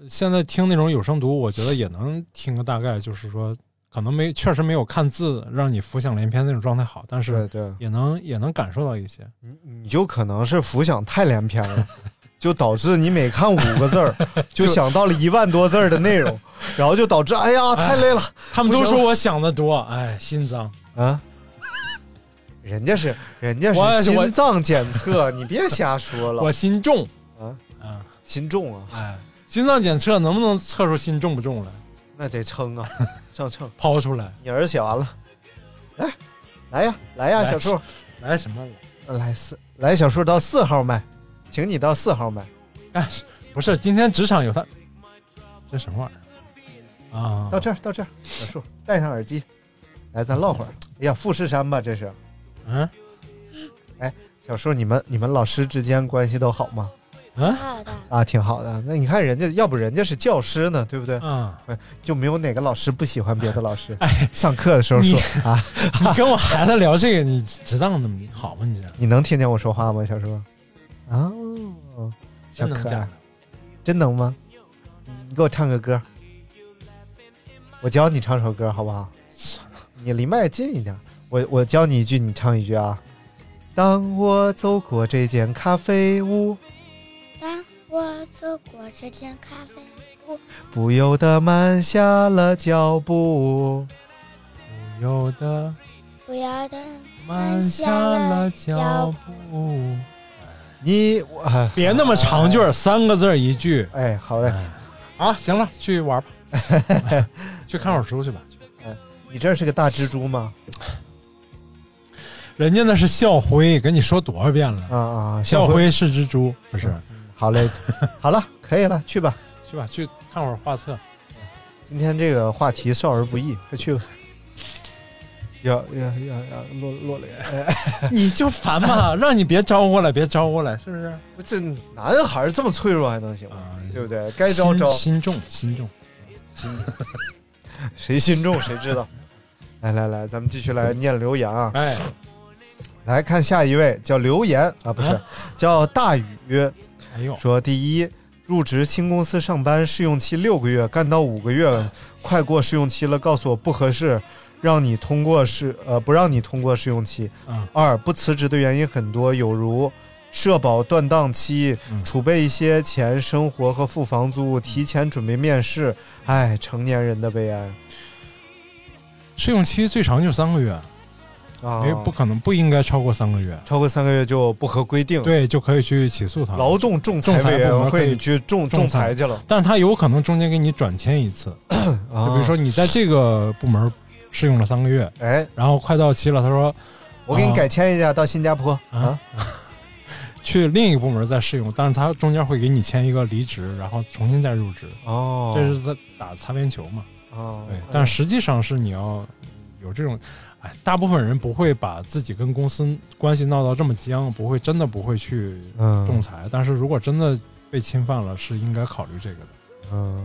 Speaker 10: 现在听那种有声读，我觉得也能听个大概，就是说可能没确实没有看字让你浮想联翩那种状态好，但
Speaker 9: 对
Speaker 10: 是
Speaker 9: 对，
Speaker 10: 也能也能感受到一些。
Speaker 9: 你就可能是浮想太连篇了。 [LAUGHS] 就导致你每看五个字
Speaker 10: [LAUGHS]
Speaker 9: 儿，就想到了一万多字儿的内容，然后就导致哎呀太累了。
Speaker 10: 他们
Speaker 9: 不
Speaker 10: 都
Speaker 9: 行
Speaker 10: 说
Speaker 9: 了
Speaker 10: 我想的多，哎，心脏。
Speaker 9: 啊，人家是人家
Speaker 10: 我
Speaker 9: 是
Speaker 10: 我
Speaker 9: 心脏检
Speaker 10: [LAUGHS]
Speaker 9: 测，你别瞎说了。
Speaker 10: 我心重
Speaker 9: 啊
Speaker 10: 啊，
Speaker 9: 心重啊，
Speaker 10: 哎， [LAUGHS] 心脏检测能不能测出心重不重来？
Speaker 9: 那得称
Speaker 10: [LAUGHS]
Speaker 9: 啊，上秤。
Speaker 10: 抛出来，
Speaker 9: 你儿写完了，来，来呀，来呀，
Speaker 10: 来
Speaker 9: 小树，
Speaker 10: 来什么？
Speaker 9: 来四，来小树到四号麦，请你到四号麦。
Speaker 10: 哎，不是，今天职场有他，这什么玩意儿啊？
Speaker 9: 到这儿，到这儿，小树戴上耳机，来，咱唠会儿。哎呀，富士山吧，这是。
Speaker 10: 嗯。
Speaker 9: 哎，小树，你们你们老师之间关系都好吗？
Speaker 10: 嗯。
Speaker 5: 好的。
Speaker 10: [LAUGHS]
Speaker 9: 啊，挺好的。那你看人家，要不人家是教师呢，对不对？
Speaker 10: 嗯。
Speaker 9: 就没有哪个老师不喜欢别的老
Speaker 10: [LAUGHS]
Speaker 9: 师。上课的时候说啊，
Speaker 10: 哎你跟我孩子聊这个，你值当怎么好吗？你这
Speaker 9: 你能听见我说话吗，小树？啊，小
Speaker 10: 真能
Speaker 9: 可
Speaker 10: 讲
Speaker 9: 爱，真能吗？你给我唱个歌，我教你唱首歌好不好？你离麦近一点，我我教你一句，你唱一句啊。当我走过这间咖啡屋，
Speaker 6: 当我走过这间咖啡屋，
Speaker 9: 不由得慢下了脚步。
Speaker 10: 不由得
Speaker 6: 不要的
Speaker 10: 慢下了脚
Speaker 9: [LAUGHS]
Speaker 10: 步。
Speaker 9: 你我
Speaker 10: 别那么长句儿，三个字儿
Speaker 9: [LAUGHS]
Speaker 10: 一句。
Speaker 9: 哎，好嘞。
Speaker 10: 啊，行了，去玩吧，
Speaker 9: [LAUGHS]
Speaker 10: 去看会儿书去吧。
Speaker 9: 你这是个大蜘蛛吗？
Speaker 10: 人家那是校徽，跟你说多少遍了
Speaker 9: 啊啊！
Speaker 10: 校徽是蜘蛛，不是？
Speaker 9: 好嘞，好了，可以了，去吧。
Speaker 10: 去吧，去看会儿画
Speaker 9: [LAUGHS]
Speaker 10: 册。
Speaker 9: 今天这个话题少儿不宜，快去吧。要要要要落落泪！哎
Speaker 10: 你就烦
Speaker 9: [LAUGHS]
Speaker 10: 嘛，让你别招呼了，别招呼了，是不是？
Speaker 9: 不是男孩这么脆弱还能行吗？对不对？该招
Speaker 10: 心
Speaker 9: 招，
Speaker 10: 啊心重，心重。
Speaker 9: 谁心重谁知道。来来来，咱们继续来念留言啊！
Speaker 10: 哎，
Speaker 9: 来看下一位，叫留言啊，不是
Speaker 10: 啊
Speaker 9: 叫大宇。
Speaker 10: 哎呦，
Speaker 9: 说第一，入职新公司上班试用期六个月，干到五个月，快过试用期了，告诉我不合适，让你通过试呃不让你通过试用期。
Speaker 10: 嗯
Speaker 9: 二，不辞职的原因很多，有如。社保断档期，
Speaker 10: 嗯
Speaker 9: 储备一些钱，生活和付房租，提前准备面试，哎，成年人的悲哀
Speaker 10: 试用期最长就三个月，
Speaker 9: 啊！
Speaker 10: 没有不可能不应该超过三个月，
Speaker 9: 超过三个月就不合规定，
Speaker 10: 对，啊就可以去起诉他。
Speaker 9: 劳动仲裁
Speaker 10: 仲裁
Speaker 9: 委
Speaker 10: 部
Speaker 9: 员
Speaker 10: 门可
Speaker 9: 会
Speaker 10: 以
Speaker 9: 你去仲仲裁去了，啊
Speaker 10: 但是他有可能中间给你转签一次，就
Speaker 9: 哦
Speaker 10: 比如说你在这个部门试用了三个月，
Speaker 9: 哎，
Speaker 10: 然后快到期了，他说
Speaker 9: 我给你
Speaker 10: 啊
Speaker 9: 改签一下，到新加坡啊
Speaker 10: [LAUGHS] 去另一个部门再试用，但是他中间会给你签一个离职，然后重新再入职，
Speaker 9: 哦
Speaker 10: 这是在打擦边球嘛？
Speaker 9: 哦
Speaker 10: 对，但实际上是你要有这种，哎，大部分人不会把自己跟公司关系闹到这么僵，不会真的不会去
Speaker 9: 嗯
Speaker 10: 仲裁，但是如果真的被侵犯了，是应该考虑这个的。
Speaker 9: 嗯，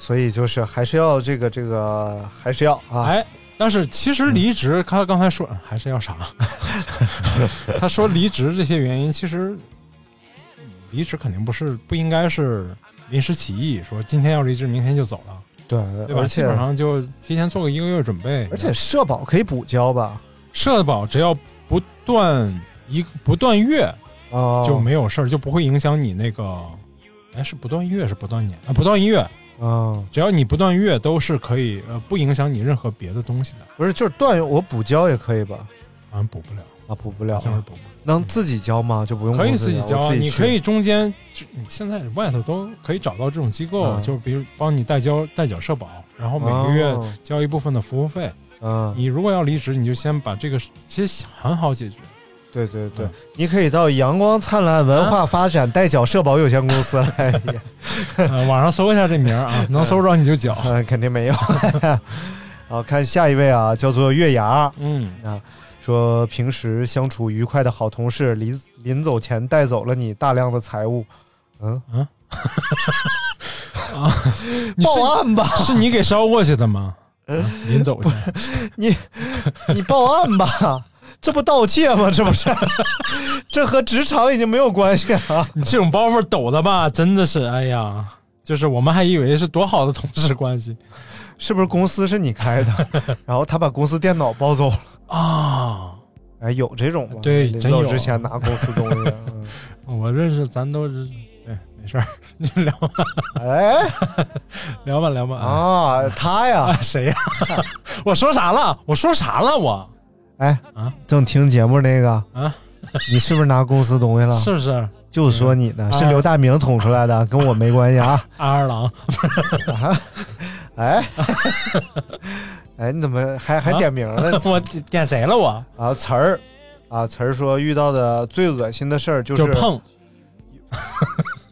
Speaker 9: 所以就是还是要这个这个还是要啊，嗯
Speaker 10: 哎，但是其实离职，他刚才说还是
Speaker 9: [LAUGHS]
Speaker 10: 要啥？他说离职这些原因，其实嗯离职肯定不是不应该是临时起意，说今天要离职，明天就走了，
Speaker 9: 对，
Speaker 10: 对吧？
Speaker 9: 而
Speaker 10: 基
Speaker 9: 且
Speaker 10: 本上就提前做个一个月准备。
Speaker 9: 而且社保可以补交吧？
Speaker 10: 社保只要不断一不断月
Speaker 9: 哦，
Speaker 10: 就没有事儿，就不会影响你那个。哎，是不断月是不断年啊，不断月，
Speaker 9: 啊，
Speaker 10: 只要你不断月都是可以，呃，不影响你任何别的东西的。
Speaker 9: 不是就是断我补交也可以吧？
Speaker 10: 好像补不了
Speaker 9: 啊，补不了
Speaker 10: 好像是补不了，
Speaker 9: 能自己交吗？就不用
Speaker 10: 可以
Speaker 9: 公司
Speaker 10: 自己交
Speaker 9: 我
Speaker 10: 啊，
Speaker 9: 自己
Speaker 10: 你
Speaker 9: 去
Speaker 10: 可以中间，就你现在外头都可以找到这种机构，
Speaker 9: 嗯
Speaker 10: 就比如帮你代交代缴社保，然后每个月
Speaker 9: 哦
Speaker 10: 交一部分的服务费。
Speaker 9: 嗯，
Speaker 10: 你如果要离职，你就先把这个，其实很
Speaker 9: [LAUGHS]
Speaker 10: 好解决。
Speaker 9: 对对
Speaker 10: 嗯
Speaker 9: 对，你可以到阳光灿烂文化发展代缴社保有限公司来。 [LAUGHS]
Speaker 10: 呃网上搜一下这名儿啊，能搜着你就缴。
Speaker 9: 嗯，肯定没有。 [LAUGHS] 好，看下一位啊，叫做月牙。
Speaker 10: 嗯
Speaker 9: 啊，说平时相处愉快的好同事，临临走前带走了你大量的财物。嗯
Speaker 10: 嗯，你是
Speaker 9: 报案吧，
Speaker 10: [LAUGHS] 是你给捎过去的吗？啊临走前， [LAUGHS]
Speaker 9: 你你报案吧，这不盗窃吗？这不是， [LAUGHS] 这和职场已经没有关系了。
Speaker 10: 你这种包袱抖的吧，真的是，哎呀，就是我们还以为是多好的同事关系
Speaker 9: 是不是公司是你开
Speaker 10: [LAUGHS]
Speaker 9: 的？然后他把公司电脑抱走了。
Speaker 10: 啊。
Speaker 9: 哎，有这种吗？
Speaker 10: 对
Speaker 9: 临
Speaker 10: 真
Speaker 9: 走
Speaker 10: 有 [LAUGHS]
Speaker 9: 之前拿公司东西。嗯
Speaker 10: 啊、我认识，咱都是，哎，没事儿，你聊吧，
Speaker 9: 哎，
Speaker 10: 聊吧，聊吧
Speaker 9: 啊，他呀，
Speaker 10: 谁呀？ [LAUGHS] 我说啥了？我说啥了？我
Speaker 9: 哎
Speaker 10: 啊，
Speaker 9: 正听节目那个
Speaker 10: 啊，
Speaker 9: 你是不是拿公司东西了？
Speaker 10: 是不是？
Speaker 9: 就说你呢，
Speaker 10: 嗯
Speaker 9: 是刘大明捅出来
Speaker 10: [LAUGHS]
Speaker 9: 的，跟我没关系啊。
Speaker 10: 阿二 [LAUGHS] 郎？
Speaker 9: 啊，哎， [LAUGHS] 哎，你怎么还
Speaker 10: 啊
Speaker 9: 还点名了？
Speaker 10: 我点谁了我？
Speaker 9: 啊，词儿，啊，词儿说遇到的最恶心的事儿就是
Speaker 10: 就碰。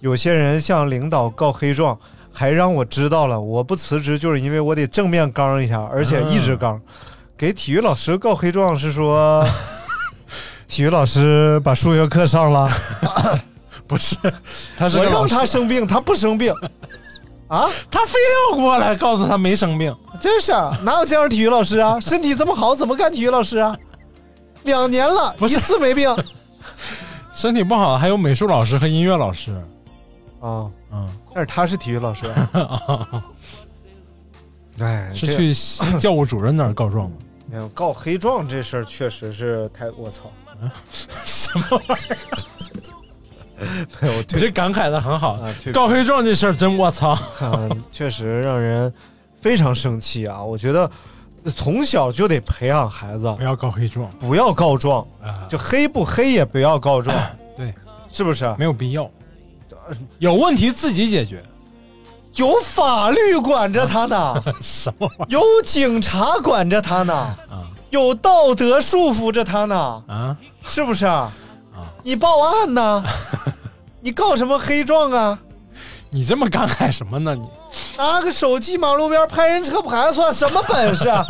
Speaker 9: 有些人向领导告黑状，还让我知道了，我不辞职就是因为我得正面刚一下，而且一直刚。给体育老师告黑状是说， [LAUGHS] 体育老师把数学课上了，
Speaker 10: 不是， [LAUGHS] 他是
Speaker 9: 我
Speaker 10: 个老
Speaker 9: 让
Speaker 10: 师
Speaker 9: [LAUGHS] 他
Speaker 10: [LAUGHS]
Speaker 9: 生病，他不生病。啊，
Speaker 10: 他非要过来告诉他没生病，
Speaker 9: 真是啊哪有这样体育老师啊？身体这么好，怎么干体育老师啊？两年了，一次没 [LAUGHS] 病。
Speaker 10: 身体不好，还有美术老师和音乐老师
Speaker 9: 啊，
Speaker 10: 嗯， [LAUGHS]
Speaker 9: 但是他是体育老师，啊 [LAUGHS] 哎，
Speaker 10: 是
Speaker 9: 这
Speaker 10: 去新教务主任那儿告 [LAUGHS] 状吗？
Speaker 9: 没有告黑状这事儿确实是太我操，
Speaker 10: 什么玩意
Speaker 9: 儿？没有，
Speaker 10: 你这感慨的很好
Speaker 9: 啊对。
Speaker 10: 告黑状这事儿真我 [LAUGHS] 操，
Speaker 9: 嗯，确实让人非常生气啊！我觉得从小就得培养孩子不
Speaker 10: 要告黑状，
Speaker 9: 不要告状
Speaker 10: 啊，
Speaker 9: 就黑不黑也不要告 [COUGHS] 状，
Speaker 10: 对，啊
Speaker 9: 是不是？
Speaker 10: 没有必要，有问题自己解决。
Speaker 9: 有法律管着他 [LAUGHS] 呢，
Speaker 10: [LAUGHS] 什么玩意
Speaker 9: 有警察管着他呢，
Speaker 10: 啊
Speaker 9: 有道德束缚着他呢，
Speaker 10: 啊？
Speaker 9: 是不是？啊，你报案 [LAUGHS] 呢？你告什么黑状啊？
Speaker 10: 你这么感慨什么呢？你
Speaker 9: 拿个手机马路边拍人车牌算什么本事？ [LAUGHS] 啊？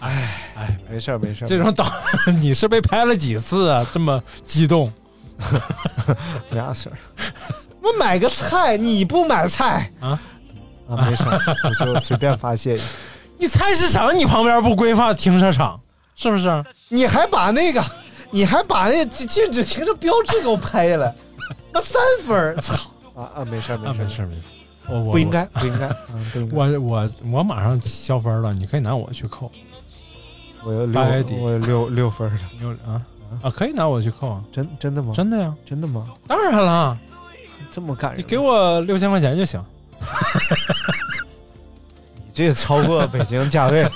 Speaker 10: 哎，
Speaker 9: 没事儿没事儿
Speaker 10: 这种导 [LAUGHS] 你是被拍了几次啊？这么激动？
Speaker 9: 没啥事儿。我买个菜，你不买菜
Speaker 10: 啊？
Speaker 9: 啊，没事儿，我就随便发泄一 [LAUGHS] 下。
Speaker 10: 你菜市场你旁边不规划停车场是不是？
Speaker 9: 你还把那个，你还把那禁禁止停车标志给我拍下来，那三分儿，操！啊啊，没事儿没
Speaker 10: 啊，
Speaker 9: 事儿
Speaker 10: 没事儿没事儿，我我
Speaker 9: 不应该不应该，不应该
Speaker 10: 我我我马上消分了，你可以拿我去扣。
Speaker 9: 我有
Speaker 10: 大概
Speaker 9: 六
Speaker 10: 底，
Speaker 9: 我有六六分儿的，
Speaker 10: 有啊啊，可以拿我去扣啊？
Speaker 9: 真真的吗？
Speaker 10: 真的呀，
Speaker 9: 真的吗？
Speaker 10: 当然了，
Speaker 9: 这么感人，
Speaker 10: 你给我六千块钱就行。
Speaker 9: 你这超过北京价位，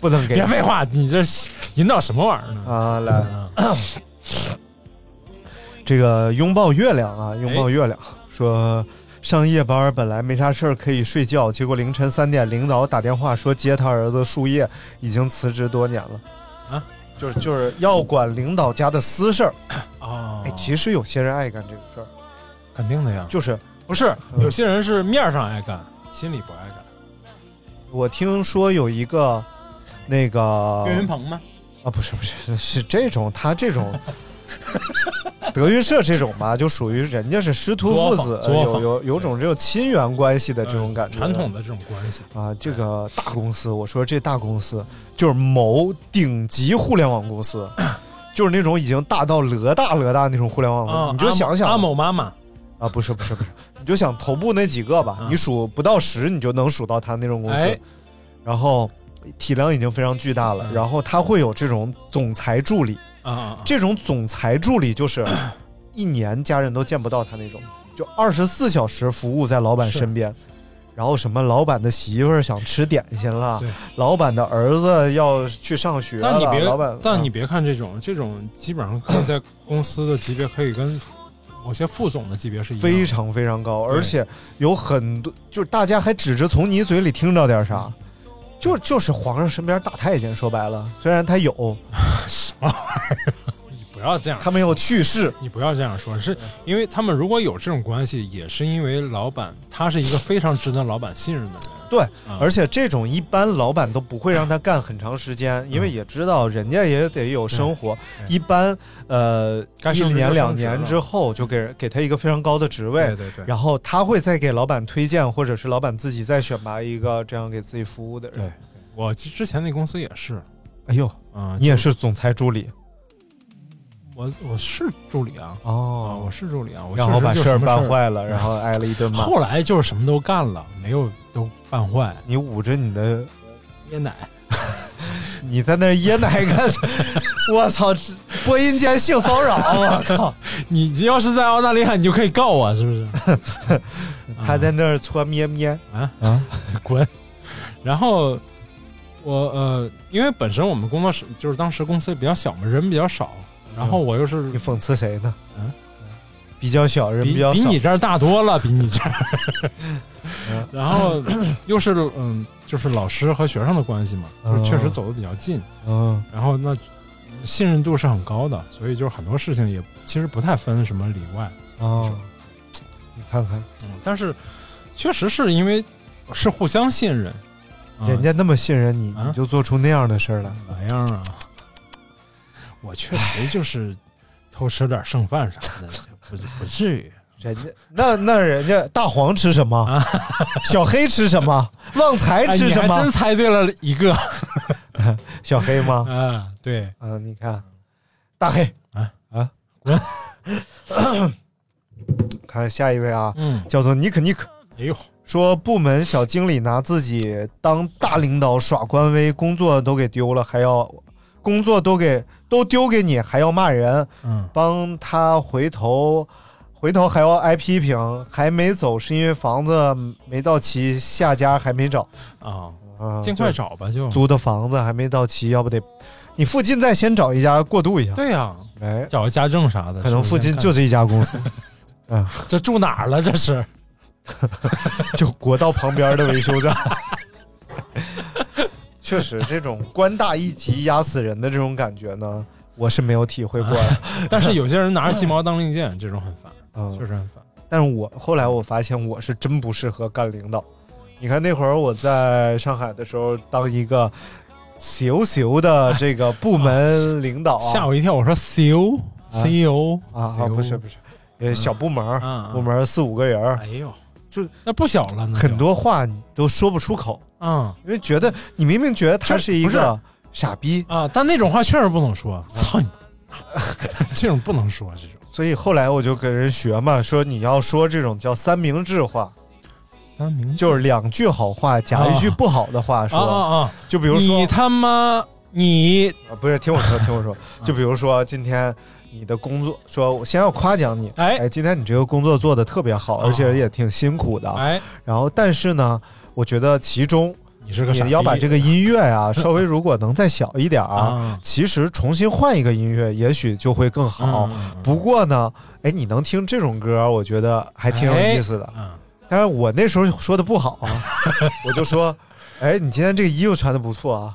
Speaker 9: 不能给。
Speaker 10: 别废话，你这引导什么玩意儿呢？嗯
Speaker 9: 啊，来，这个拥抱月亮啊，
Speaker 10: 哎
Speaker 9: 拥抱月亮，说上夜班本来没啥事儿可以睡觉，结果凌晨三点，领导打电话说接他儿子树叶已经辞职多年了，
Speaker 10: 啊，
Speaker 9: 就是就是要管领导家的私事儿。
Speaker 10: 哦，
Speaker 9: 哎，其实有些人爱干这个事儿，
Speaker 10: 肯定的呀，
Speaker 9: 就是嗯
Speaker 10: 不是有些人是面上爱干，心里不爱干。
Speaker 9: 我听说有一个那个
Speaker 10: 岳云鹏吗？
Speaker 9: 啊，不是不是，是这种他这种德云社这种吧，就属于人家是师徒父子，
Speaker 10: 作
Speaker 9: 有
Speaker 10: 坊作坊嗯
Speaker 9: 有有种这种亲缘关系的这种感觉，
Speaker 10: 传统的这种关系，
Speaker 9: 啊，这个大公司，我说这大公司就是某顶级互联网公司，就是那种已经大到讹大讹大那种互联网公司，
Speaker 10: 啊
Speaker 9: 哦你就想想
Speaker 10: 阿某妈妈，
Speaker 9: 啊，不是不是不是，你就想头部那几个吧，你数不到十，你就能数到他那种公司，
Speaker 10: 嗯哎嗯
Speaker 9: 然后体量已经非常巨大了，然后他会有这种总裁助理，
Speaker 10: 啊啊
Speaker 9: 这种总裁助理就是
Speaker 10: [CLEARS THROAT]
Speaker 9: 一年家人都见不到他那种，就二十四小时服务在老板身边。然后什么，老板的媳妇儿想吃点心了
Speaker 10: 对，
Speaker 9: 老板的儿子要去上学了，
Speaker 10: 但你别
Speaker 9: 老板，，嗯啊
Speaker 10: 但你别看这种，这种基本上可以在公司的级别可以跟某些副总的级别是一样的，
Speaker 9: 非常非常高，
Speaker 10: 对
Speaker 9: 而且有很多，就是大家还只是从你嘴里听着点啥，就就是皇上身边大太监。说白了，虽然他有，
Speaker 10: 你不要这样，
Speaker 9: 他没有去世，
Speaker 10: 你不要这样说，是因为他们如果有这种关系，也是因为老板他是一个非常值得老板信任的人，啊
Speaker 9: 对，而且这种一般老板都不会让他干很长时间，因
Speaker 10: 嗯
Speaker 9: 为也知道人家也得有生活。一般呃，
Speaker 10: 该
Speaker 9: 一
Speaker 10: 升职
Speaker 9: 年
Speaker 10: 就
Speaker 9: 两
Speaker 10: 升职
Speaker 9: 年
Speaker 10: 了
Speaker 9: 之后就给给他一个非常高的职位，
Speaker 10: 对对对
Speaker 9: 然后他会再给老板推荐，或者是老板自己再选拔一个这样给自己服务的人。
Speaker 10: 对，我之前那公司也是，
Speaker 9: 哎呦，
Speaker 10: 啊
Speaker 9: 你也是总裁助理。
Speaker 10: 我我是助理啊，
Speaker 9: 哦、
Speaker 10: 我是助理啊，我
Speaker 9: 然后
Speaker 10: 确实
Speaker 9: 把
Speaker 10: 就
Speaker 9: 事儿
Speaker 10: 什么嗯
Speaker 9: 办坏了，然后挨了一顿骂。
Speaker 10: 后来就是什
Speaker 9: [LAUGHS]
Speaker 10: 么都干了，没有都办坏，
Speaker 9: 你捂着你的
Speaker 10: 椰奶，
Speaker 9: 你在那儿噎奶干啥？我操！播音间性骚扰，啊我靠！
Speaker 10: [LAUGHS] 你你要是在澳大利亚，你就可以告我，是不是？
Speaker 9: [LAUGHS]
Speaker 10: 嗯
Speaker 9: 他在那儿搓咩咩
Speaker 10: 啊啊！ [LAUGHS] 滚！然后我呃，因为本身我们工作室就是当时公司比较小嘛，人比较少，然后我又是、
Speaker 9: 嗯你讽刺谁呢？
Speaker 10: 嗯，
Speaker 9: 比较小，嗯人
Speaker 10: 比
Speaker 9: 较
Speaker 10: 比
Speaker 9: 少。
Speaker 10: 你这儿大多了，比你这儿。然后又是嗯，就是老师和学生的关系嘛，就是确实走的比较近，
Speaker 9: 嗯，
Speaker 10: 然后那信任度是很高的，所以就是很多事情也其实不太分什么里外，
Speaker 9: 哦，你看看，
Speaker 10: 嗯，但是确实是因为是互相信任，啊
Speaker 9: 人家那么信任你，
Speaker 10: 啊
Speaker 9: 你就做出那样的事儿来。
Speaker 10: 哪样啊？我确实就是偷吃点剩饭啥的，这不不至于。
Speaker 9: 人家那那人家大黄吃什么？小黑吃什么？旺财
Speaker 10: 嗯哎
Speaker 9: 吃
Speaker 10: 你
Speaker 9: 什
Speaker 10: 还
Speaker 9: 么？
Speaker 10: 真猜对了一个。
Speaker 9: 小黑吗？
Speaker 10: 啊，对，
Speaker 9: 嗯，你看，大黑
Speaker 10: 啊
Speaker 9: 啊，
Speaker 10: 滚！
Speaker 9: 看下一位啊，
Speaker 10: 嗯
Speaker 9: 叫做尼克尼克。
Speaker 10: 哎呦，
Speaker 9: 说部门小经理拿自己当大领导耍官威，工作都给丢了，还要工作都给都丢给你，还要骂人，
Speaker 10: 嗯，
Speaker 9: 帮他回头。回头还要挨批评，还没走是因为房子没到期，下家还没找
Speaker 10: 啊，
Speaker 9: 啊，
Speaker 10: 尽快找吧，就
Speaker 9: 租的房子还没到期，要不得你附近再先找一家过渡一下。
Speaker 10: 对呀，
Speaker 9: 哎，
Speaker 10: 找个家政啥的，
Speaker 9: 可能附近就是这一家公
Speaker 10: [LAUGHS]
Speaker 9: 司，啊，
Speaker 10: 这住哪儿了？
Speaker 9: [LAUGHS]
Speaker 10: 这是
Speaker 9: 就国道旁边的维修站。 [LAUGHS] 确实，这种官大一级压死人的这种感觉呢，我是没有体会过
Speaker 10: [LAUGHS]
Speaker 9: 的。
Speaker 10: 但是有些人拿着鸡毛当令箭，这种很烦，
Speaker 9: 嗯
Speaker 10: 确实很烦。
Speaker 9: 但是我后来我发现，我是真不适合干领导。你看那会儿我在上海的时候，当一个小小的这个部门领导、啊，
Speaker 10: 吓我一跳，我说 CEO
Speaker 9: 啊
Speaker 10: CEO
Speaker 9: 啊啊，不是不
Speaker 10: 是，
Speaker 9: 是，呃，小部门儿，
Speaker 10: 嗯嗯
Speaker 9: 部门儿四五个人儿
Speaker 10: 哎，呦，
Speaker 9: 就
Speaker 10: 那不小了，那就
Speaker 9: 很多话你都说不出口，
Speaker 10: 嗯
Speaker 9: 因为觉得你明明觉得他
Speaker 10: 就是
Speaker 9: 一
Speaker 10: 不是
Speaker 9: 个傻逼，
Speaker 10: 啊，但那种话确实不能说，操你妈， [LAUGHS] 这种不能说这种
Speaker 9: 所以后来我就跟人学嘛，说你要说这种叫三明治话，
Speaker 10: 三明治
Speaker 9: 就是两句好话夹一句不好的话说，
Speaker 10: 啊啊啊！
Speaker 9: 就比如说
Speaker 10: 你他妈你
Speaker 9: 啊不是听我说，听
Speaker 10: [LAUGHS]
Speaker 9: 我说，就比如说今天你的工作，说我先要夸奖你，
Speaker 10: 哎哦
Speaker 9: 哎，今天你这个工作做的特别好，而且也挺辛苦的，
Speaker 10: 哎，
Speaker 9: 然后但是呢，我觉得其中。
Speaker 10: 你是个傻逼
Speaker 9: 你要把这个音乐
Speaker 10: [LAUGHS]
Speaker 9: 啊，稍微如果能再小一点啊
Speaker 10: 啊，
Speaker 9: 其实重新换一个音乐，也许就会更好
Speaker 10: 嗯嗯。
Speaker 9: 不过呢，哎，你能听这种歌，我觉得还挺有意思的。 [LAUGHS]
Speaker 10: 嗯
Speaker 9: 但是我那时候说的不好啊，我就说，哎，你今天这个衣服穿的不错啊。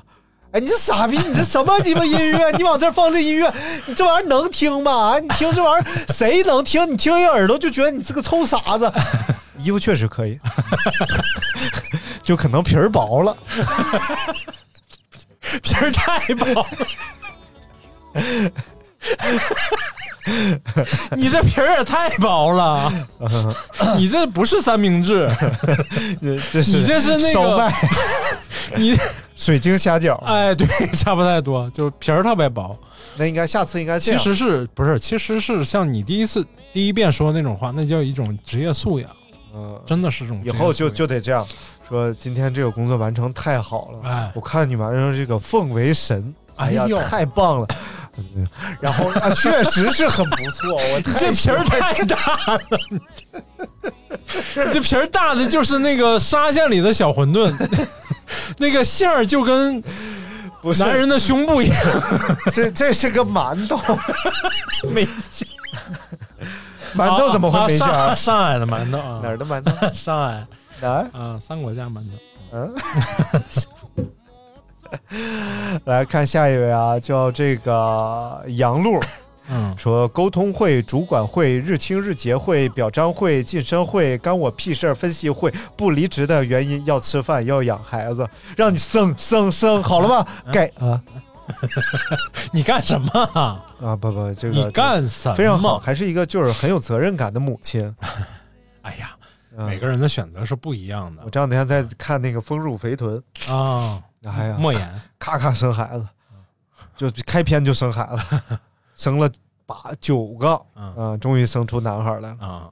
Speaker 9: 哎，你这傻逼！你这什么鸡巴音乐？你往这儿放这音乐，你这玩意儿能听吗？你听这玩意儿谁能听？你听一耳朵就觉得你是个臭傻子。衣服确实可以，就可能皮儿薄了，
Speaker 10: 皮儿太薄。 [LAUGHS] 你这皮儿也太薄
Speaker 9: [LAUGHS]
Speaker 10: 了，你这不是三明治，
Speaker 9: 这这是
Speaker 10: 你这是那个
Speaker 9: 烧麦、
Speaker 10: 你
Speaker 9: 水晶虾饺，
Speaker 10: 哎对，差不太多，就是皮儿特别薄。
Speaker 9: 那应该下次应该这
Speaker 10: 其
Speaker 9: 样。
Speaker 10: 实是不是？其实是像你第一次第一遍说的那种话，那叫一种职业素养，
Speaker 9: 嗯，
Speaker 10: 真的是这种职
Speaker 9: 以
Speaker 10: 业素养。
Speaker 9: 后就就得这样说。今天这个工作完成太好了，
Speaker 10: 哎
Speaker 9: 我看你完成这个奉为神，哎呀
Speaker 10: 哎，呦
Speaker 9: 太棒了。嗯然后啊，确实是很不错，我
Speaker 10: 你 [LAUGHS] 这皮儿太大了， [LAUGHS] 你这皮儿大的就是那个沙县里的小馄饨， [LAUGHS] 那个馅儿就跟
Speaker 9: 不是
Speaker 10: 男人的胸部一样，
Speaker 9: 这这是个馒头，
Speaker 10: 没馅。
Speaker 9: 馒头怎么会没馅
Speaker 10: 啊
Speaker 9: 儿
Speaker 10: 啊？上上海的馒头啊，
Speaker 9: 哪儿的馒头？
Speaker 10: [LAUGHS] 上海
Speaker 9: 哪儿？
Speaker 10: 啊，三国家馒头。
Speaker 9: 嗯，来看下一位啊，叫这个杨璐。
Speaker 10: 嗯，
Speaker 9: 说沟通会、主管会、日清日结会、表彰会、晋升会、干我屁事儿分析会，不离职的原因要吃饭，要养孩子，让你生生生，好了吧？该啊
Speaker 10: 你干什么啊？
Speaker 9: 啊不不，这个
Speaker 10: 你干什么？
Speaker 9: 非常好，。还是一个就是很有责任感的母亲。
Speaker 10: 哎呀，
Speaker 9: 嗯
Speaker 10: 每个人的选择是不一样
Speaker 9: 我
Speaker 10: 的
Speaker 9: 这两天在看那个《丰乳肥臀》，
Speaker 10: 啊。
Speaker 9: 哎呀，
Speaker 10: 莫言，
Speaker 9: 咔咔生孩子，就开篇就生孩子，生了八九个，
Speaker 10: 嗯
Speaker 9: 啊，终于生出男孩来了。
Speaker 10: 啊，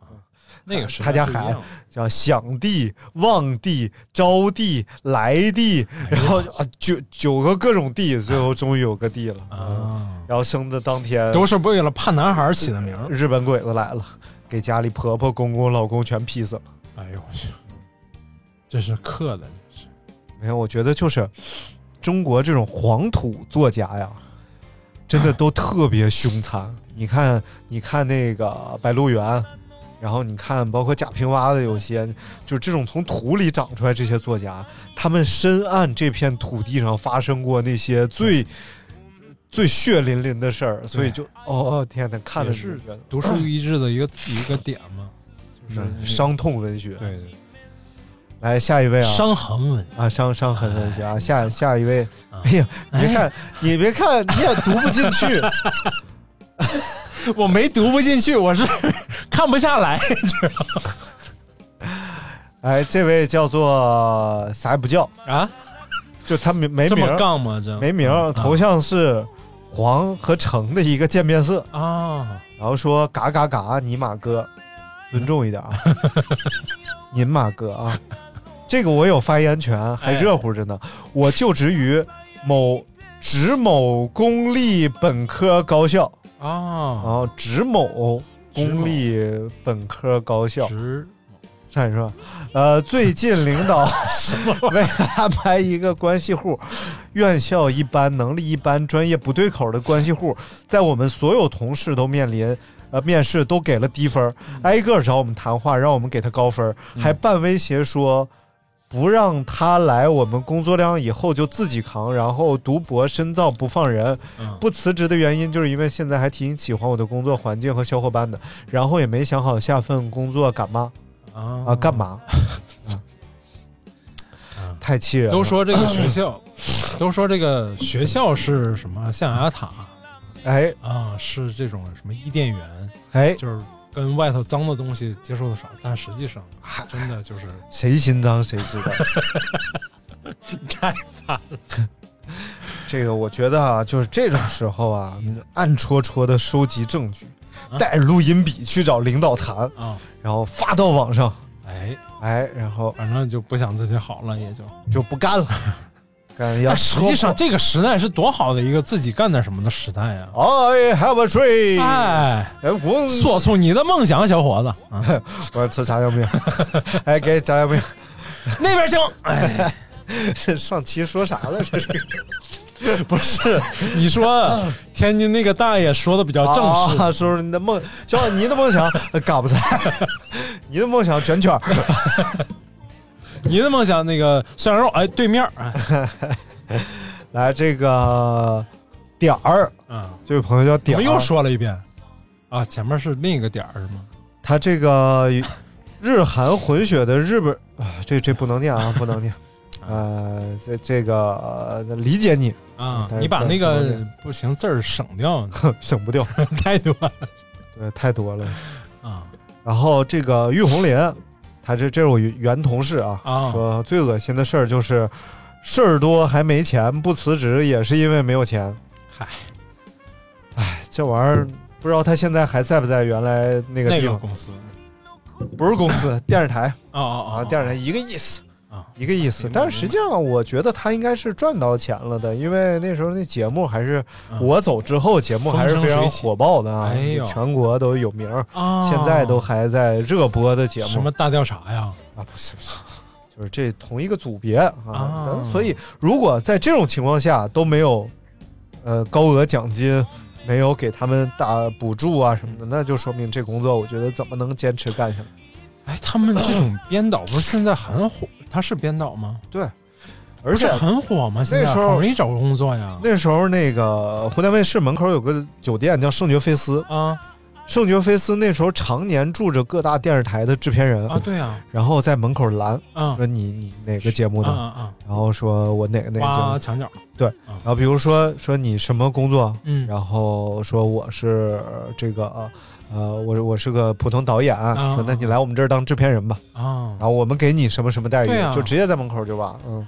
Speaker 10: 那个时代
Speaker 9: 他家
Speaker 10: 不一
Speaker 9: 孩子
Speaker 10: 样
Speaker 9: 叫想弟、望弟、招弟、来弟，然后
Speaker 10: 哎
Speaker 9: 啊九九个各种弟，最后终于有个弟了啊！然后生的当天
Speaker 10: 都是为了怕男孩起的名儿。
Speaker 9: 日本鬼子来了，给家里婆婆、公公、老公全劈死了。
Speaker 10: 哎呦我去，这是刻的，
Speaker 9: 没有，我觉得就是中国这种黄土作家呀，真的都特别凶残。你看，你看那个《白鹿原》，然后你看包括贾平凹的有些，就是这种从土里长出来这些作家，他们深谙这片土地上发生过那些最。最血淋淋的事儿，所以就哦哦天哪，看
Speaker 10: 也
Speaker 9: 着
Speaker 10: 是
Speaker 9: 就觉得
Speaker 10: 独树一帜的一个一个点嘛，就是
Speaker 9: 嗯伤痛文学。
Speaker 10: 对对，
Speaker 9: 来下一位啊，
Speaker 10: 伤痕文
Speaker 9: 啊，伤伤痕文
Speaker 10: 哎
Speaker 9: 学啊，下下一位，
Speaker 10: 啊
Speaker 9: 哎呀，你别看你别看你也读不进
Speaker 10: [LAUGHS]
Speaker 9: 去，
Speaker 10: 我没读不进去，我是 [LAUGHS] 看不下来，知道吗
Speaker 9: 哎，这位叫做啥也不叫
Speaker 10: 啊，
Speaker 9: 就他没没
Speaker 10: 这
Speaker 9: 名
Speaker 10: 么
Speaker 9: 儿
Speaker 10: 杠嗯吗这
Speaker 9: 没名儿，头像是黄和橙的一个渐变色
Speaker 10: 啊，
Speaker 9: 然后说嘎嘎嘎，尼玛哥，尊重一
Speaker 10: [LAUGHS]
Speaker 9: 点啊，您马哥啊，这个我有发言权，
Speaker 10: 哎
Speaker 9: 还热乎着呢，我就职于某职某公立本科高校。
Speaker 10: 啊，
Speaker 9: 然后职某公立本科高校，上你说，呃，最近领导为了安排一个关系户，院校一般、能力一般、专业不对口的关系户，在我们所有同事都面临。呃，面试都给了低分儿，挨个儿找我们谈话，让我们给他高分儿，还半威胁说不让他来，我们工作量以后就自己扛，然后读博深造不放人。
Speaker 10: 嗯
Speaker 9: 不辞职的原因就是因为现在还挺喜欢我的工作环境和小伙伴的，然后也没想好下份工作干嘛
Speaker 10: 啊、
Speaker 9: 干嘛，啊太气人了。
Speaker 10: 嗯都说这个学校， [COUGHS] 都说这个学校是什么象牙塔，
Speaker 9: 哎
Speaker 10: 啊，是这种什么伊甸园，
Speaker 9: 哎
Speaker 10: 就是跟外头脏的东西接触的少，但实际上真的就是
Speaker 9: 谁心脏谁知道。
Speaker 10: [LAUGHS] 太惨了。
Speaker 9: [LAUGHS] 这个我觉得啊，就是这种时候啊，暗戳戳的收集证据，带着录音笔去找领导谈
Speaker 10: 啊，
Speaker 9: 然后发到网上，
Speaker 10: 哎
Speaker 9: 哎，然后
Speaker 10: 反正就不想自己好了，也就
Speaker 9: 就不
Speaker 10: [LAUGHS]
Speaker 9: 干了。干要
Speaker 10: 但实际上，这个时代是多好的一个自己干点什么的时代
Speaker 9: 哦
Speaker 10: 呀、
Speaker 9: I have a dream，
Speaker 10: 哎，
Speaker 9: 我
Speaker 10: 说出你的梦想，小伙子。
Speaker 9: [LAUGHS]
Speaker 10: 啊
Speaker 9: 我吃炸
Speaker 10: [LAUGHS]
Speaker 9: 酱面，哎，给炸酱面， [LAUGHS]
Speaker 10: 那边请。
Speaker 9: 哎，这上期说啥了？这是
Speaker 10: 不是， [LAUGHS] 你
Speaker 9: [LAUGHS]
Speaker 10: 说天津那个大爷说的比较正式，
Speaker 9: 啊，说说你的梦，小小你的梦想，呃嘎巴菜， [LAUGHS] 你的梦想卷卷儿，
Speaker 10: 你的梦想那个涮羊肉，哎，对面儿，
Speaker 9: [LAUGHS]
Speaker 10: 哎
Speaker 9: 来这个点儿，
Speaker 10: 嗯，
Speaker 9: 这位朋友叫
Speaker 10: 我
Speaker 9: 点儿，
Speaker 10: 们又说了一遍啊，前面是另一个点儿是吗？
Speaker 9: 他这个日韩混血的日本啊，这这不能念啊， [LAUGHS] 不能念。呃，这这个、呃理解你 [LAUGHS]
Speaker 10: 啊
Speaker 9: 但，是
Speaker 10: 你把那
Speaker 9: 不能
Speaker 10: 个
Speaker 9: 念
Speaker 10: 不行字儿省
Speaker 9: [LAUGHS]
Speaker 10: 掉，
Speaker 9: 省不掉，
Speaker 10: 太多了
Speaker 9: 对，太多了。
Speaker 10: 啊
Speaker 9: 然后这个玉红莲，他这这是我原同事啊，
Speaker 10: 啊
Speaker 9: 说最恶心的事儿就是事儿多还没钱，不辞职也是因为没有钱。
Speaker 10: 嗨，
Speaker 9: 哎，这玩意儿不知道他现在还在不在原来那个
Speaker 10: 那
Speaker 9: 地
Speaker 10: 个
Speaker 9: 方，
Speaker 10: 公司
Speaker 9: 不是公
Speaker 10: [LAUGHS]
Speaker 9: 司，电视台
Speaker 10: 啊啊
Speaker 9: 啊，电视台一个意思。
Speaker 10: 啊，
Speaker 9: 一个意思，但是实际上我觉得他应该是赚到钱了的，因为那时候那节目还是
Speaker 10: 嗯
Speaker 9: 我走之后，节目还是非常火爆的啊
Speaker 10: 风生水起哎，呦
Speaker 9: 全国都有名儿，
Speaker 10: 啊
Speaker 9: 现在都还在热播的节目。
Speaker 10: 什么大调查呀？
Speaker 9: 啊，不是不是，就是这同一个组别啊。咱所以，如果在这种情况下都没有，呃，高额奖金，没有给他们打补助啊什么的，那就说明这工作，我觉得怎么能坚持干下来？
Speaker 10: 哎，他们这种编导不是现在很火？他是编导吗？
Speaker 9: 对，而且
Speaker 10: 不是很火吗？现在
Speaker 9: 那时候
Speaker 10: 很容易找工作呀。
Speaker 9: 那时候那个湖南卫视门口有个酒店叫圣爵菲斯
Speaker 10: 啊，
Speaker 9: 圣爵菲斯那时候常年住着各大电视台的制片人
Speaker 10: 啊，对啊，
Speaker 9: 然后在门口拦，
Speaker 10: 嗯
Speaker 9: 说你你哪个节目的，
Speaker 10: 啊啊
Speaker 9: 然后说我哪个哪个节目
Speaker 10: 挖墙角，
Speaker 9: 对，然后比如说说你什么工作，
Speaker 10: 嗯
Speaker 9: 然后说我是这个呃，我我是个普通导演，
Speaker 10: 啊
Speaker 9: 说那你来我们这儿当制片人吧，
Speaker 10: 啊
Speaker 9: 然后我们给你什么什么待遇，
Speaker 10: 对啊
Speaker 9: 就直接在门口就挖，嗯，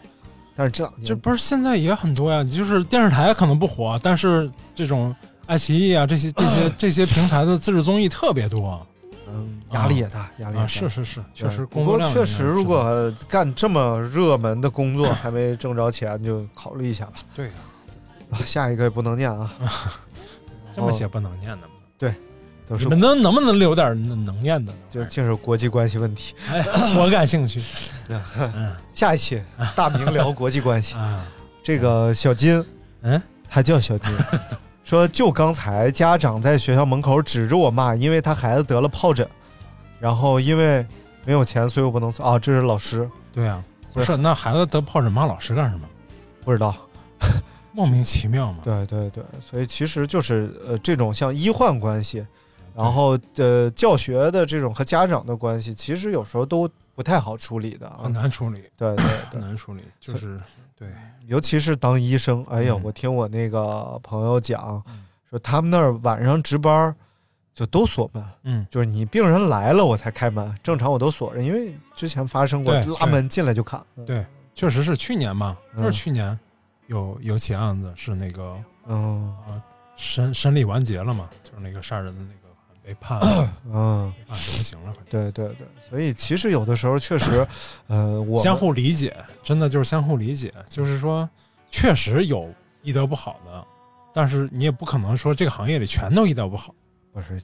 Speaker 9: 但是这两
Speaker 10: 这
Speaker 9: 年
Speaker 10: 不是现在也很多呀？就是电视台可能不
Speaker 9: [CLEARS THROAT]
Speaker 10: 火，但是这种爱奇艺啊，这些这些这些平台的自制综艺特别多。
Speaker 9: 嗯，压力也大，压力也大
Speaker 10: 啊是是是
Speaker 9: 对
Speaker 10: 确实
Speaker 9: 不
Speaker 10: 工作
Speaker 9: 过
Speaker 10: 量
Speaker 9: 确
Speaker 10: 应该
Speaker 9: 实，
Speaker 10: 是
Speaker 9: 如果干这么热门的工作还没挣着钱，就考虑一下吧。
Speaker 10: [LAUGHS] 对呀
Speaker 9: 啊，
Speaker 10: 嗯
Speaker 9: 下一个也不能念啊，
Speaker 10: 这
Speaker 9: 哦
Speaker 10: 么写不能念的吗？
Speaker 9: 对，都
Speaker 10: 你
Speaker 9: 是
Speaker 10: 们能能不能留点能能念的呢？
Speaker 9: 就就是国际关系问题。
Speaker 10: 哎， [LAUGHS] 我感
Speaker 9: [LAUGHS]
Speaker 10: 兴趣。
Speaker 9: 下一期大明聊国际关系
Speaker 10: 啊，
Speaker 9: 这个小金，
Speaker 10: 嗯，
Speaker 9: 他叫小金，说就刚才家长在学校门口指着我骂，因为他孩子得了疱疹，然后因为没有钱，所以我不能送啊，这是老师，
Speaker 10: 对啊，
Speaker 9: 不
Speaker 10: 不
Speaker 9: 是
Speaker 10: 是那孩子得疱疹骂老师干什么？
Speaker 9: 不知道，
Speaker 10: 莫名其妙嘛。
Speaker 9: 对对对，所以其实就是呃这种像医患关系，然后呃教学的这种和家长的关系，其实有时候都不太好处理的啊，
Speaker 10: 很难处理，
Speaker 9: 对对对
Speaker 10: 很。难处理，就是对，
Speaker 9: 尤其是当医生，哎呀，我听我那个朋友讲，说他们那儿晚上值班儿就都锁门，
Speaker 10: 嗯，
Speaker 9: 就是你病人来了我才开门，正常我都锁着，因为之前发生过
Speaker 10: 对
Speaker 9: 拉门进来就砍，
Speaker 10: 对，确实是去年嘛，
Speaker 9: 嗯
Speaker 10: 就是去年有有起案子是那个
Speaker 9: 嗯，
Speaker 10: 啊审审理完结了嘛，就是那个杀人的那个被判了
Speaker 9: [COUGHS] 嗯
Speaker 10: 被判死刑了，反正
Speaker 9: 对对对，所以其实有的时候确
Speaker 10: [LAUGHS]
Speaker 9: 实，呃，我
Speaker 10: 相互理解，真的就是相互理解，就是说确实有医德不好的，但是你也不可能说这个行业里全都医德不好，
Speaker 9: 不是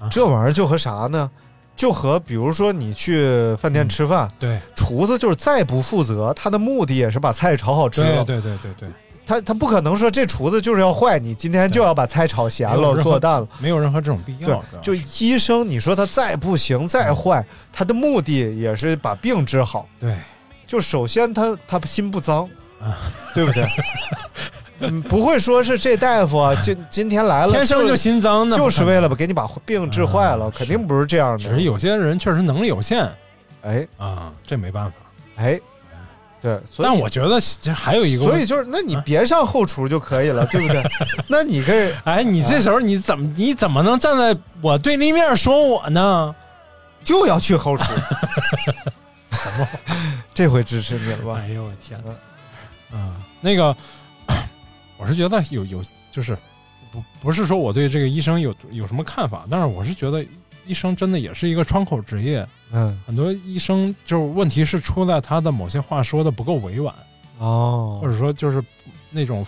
Speaker 10: 啊
Speaker 9: 这玩意儿就和啥呢？就和比如说你去饭
Speaker 10: 嗯
Speaker 9: 店吃饭，
Speaker 10: 对，
Speaker 9: 厨子就是再不负责，他的目的也是把菜炒好吃
Speaker 10: 对
Speaker 9: 了，
Speaker 10: 对对对对，
Speaker 9: 他他不可能说这厨子就是要坏你，今天就要把菜炒咸
Speaker 10: 没有任
Speaker 9: 了、
Speaker 10: 何
Speaker 9: 做淡了。
Speaker 10: 没有任何这种必要，
Speaker 9: 对
Speaker 10: 知道，吗
Speaker 9: 就医生，你说他再不行、
Speaker 10: 嗯
Speaker 9: 再坏，他的目的也是把病治好。
Speaker 10: 对，
Speaker 9: 就首先他他心不脏，
Speaker 10: 啊
Speaker 9: 对
Speaker 10: [LAUGHS]
Speaker 9: 不对？嗯，不会说是这大夫啊，今今天来了，
Speaker 10: 天生就心脏呢
Speaker 9: 就是为了把给你把病治坏了，肯定不是这样的。
Speaker 10: 只啊是有些人确实能力有限，
Speaker 9: 哎
Speaker 10: 啊，这没办法。
Speaker 9: 哎，对，所以
Speaker 10: 但我觉得这还有一个问，啊
Speaker 9: 所以就是，那你别上后厨就可以了，对不
Speaker 10: [LAUGHS]
Speaker 9: 对？那你跟
Speaker 10: 哎，你这时候你怎么你怎么能站在我对立面说我呢？
Speaker 9: 就要去
Speaker 10: [LAUGHS]
Speaker 9: 后厨， [LAUGHS] 这回支持你了吧？嗯
Speaker 10: 哎呦我天哪！啊，那个，我是觉得有有就是不不是说我对这个医生有有什么看法，但是我是觉得医生真的也是一个窗口职业，
Speaker 9: 嗯，
Speaker 10: 很多医生就是问题是出在他的某些话说的不够委婉，
Speaker 9: 哦
Speaker 10: 或者说就是那种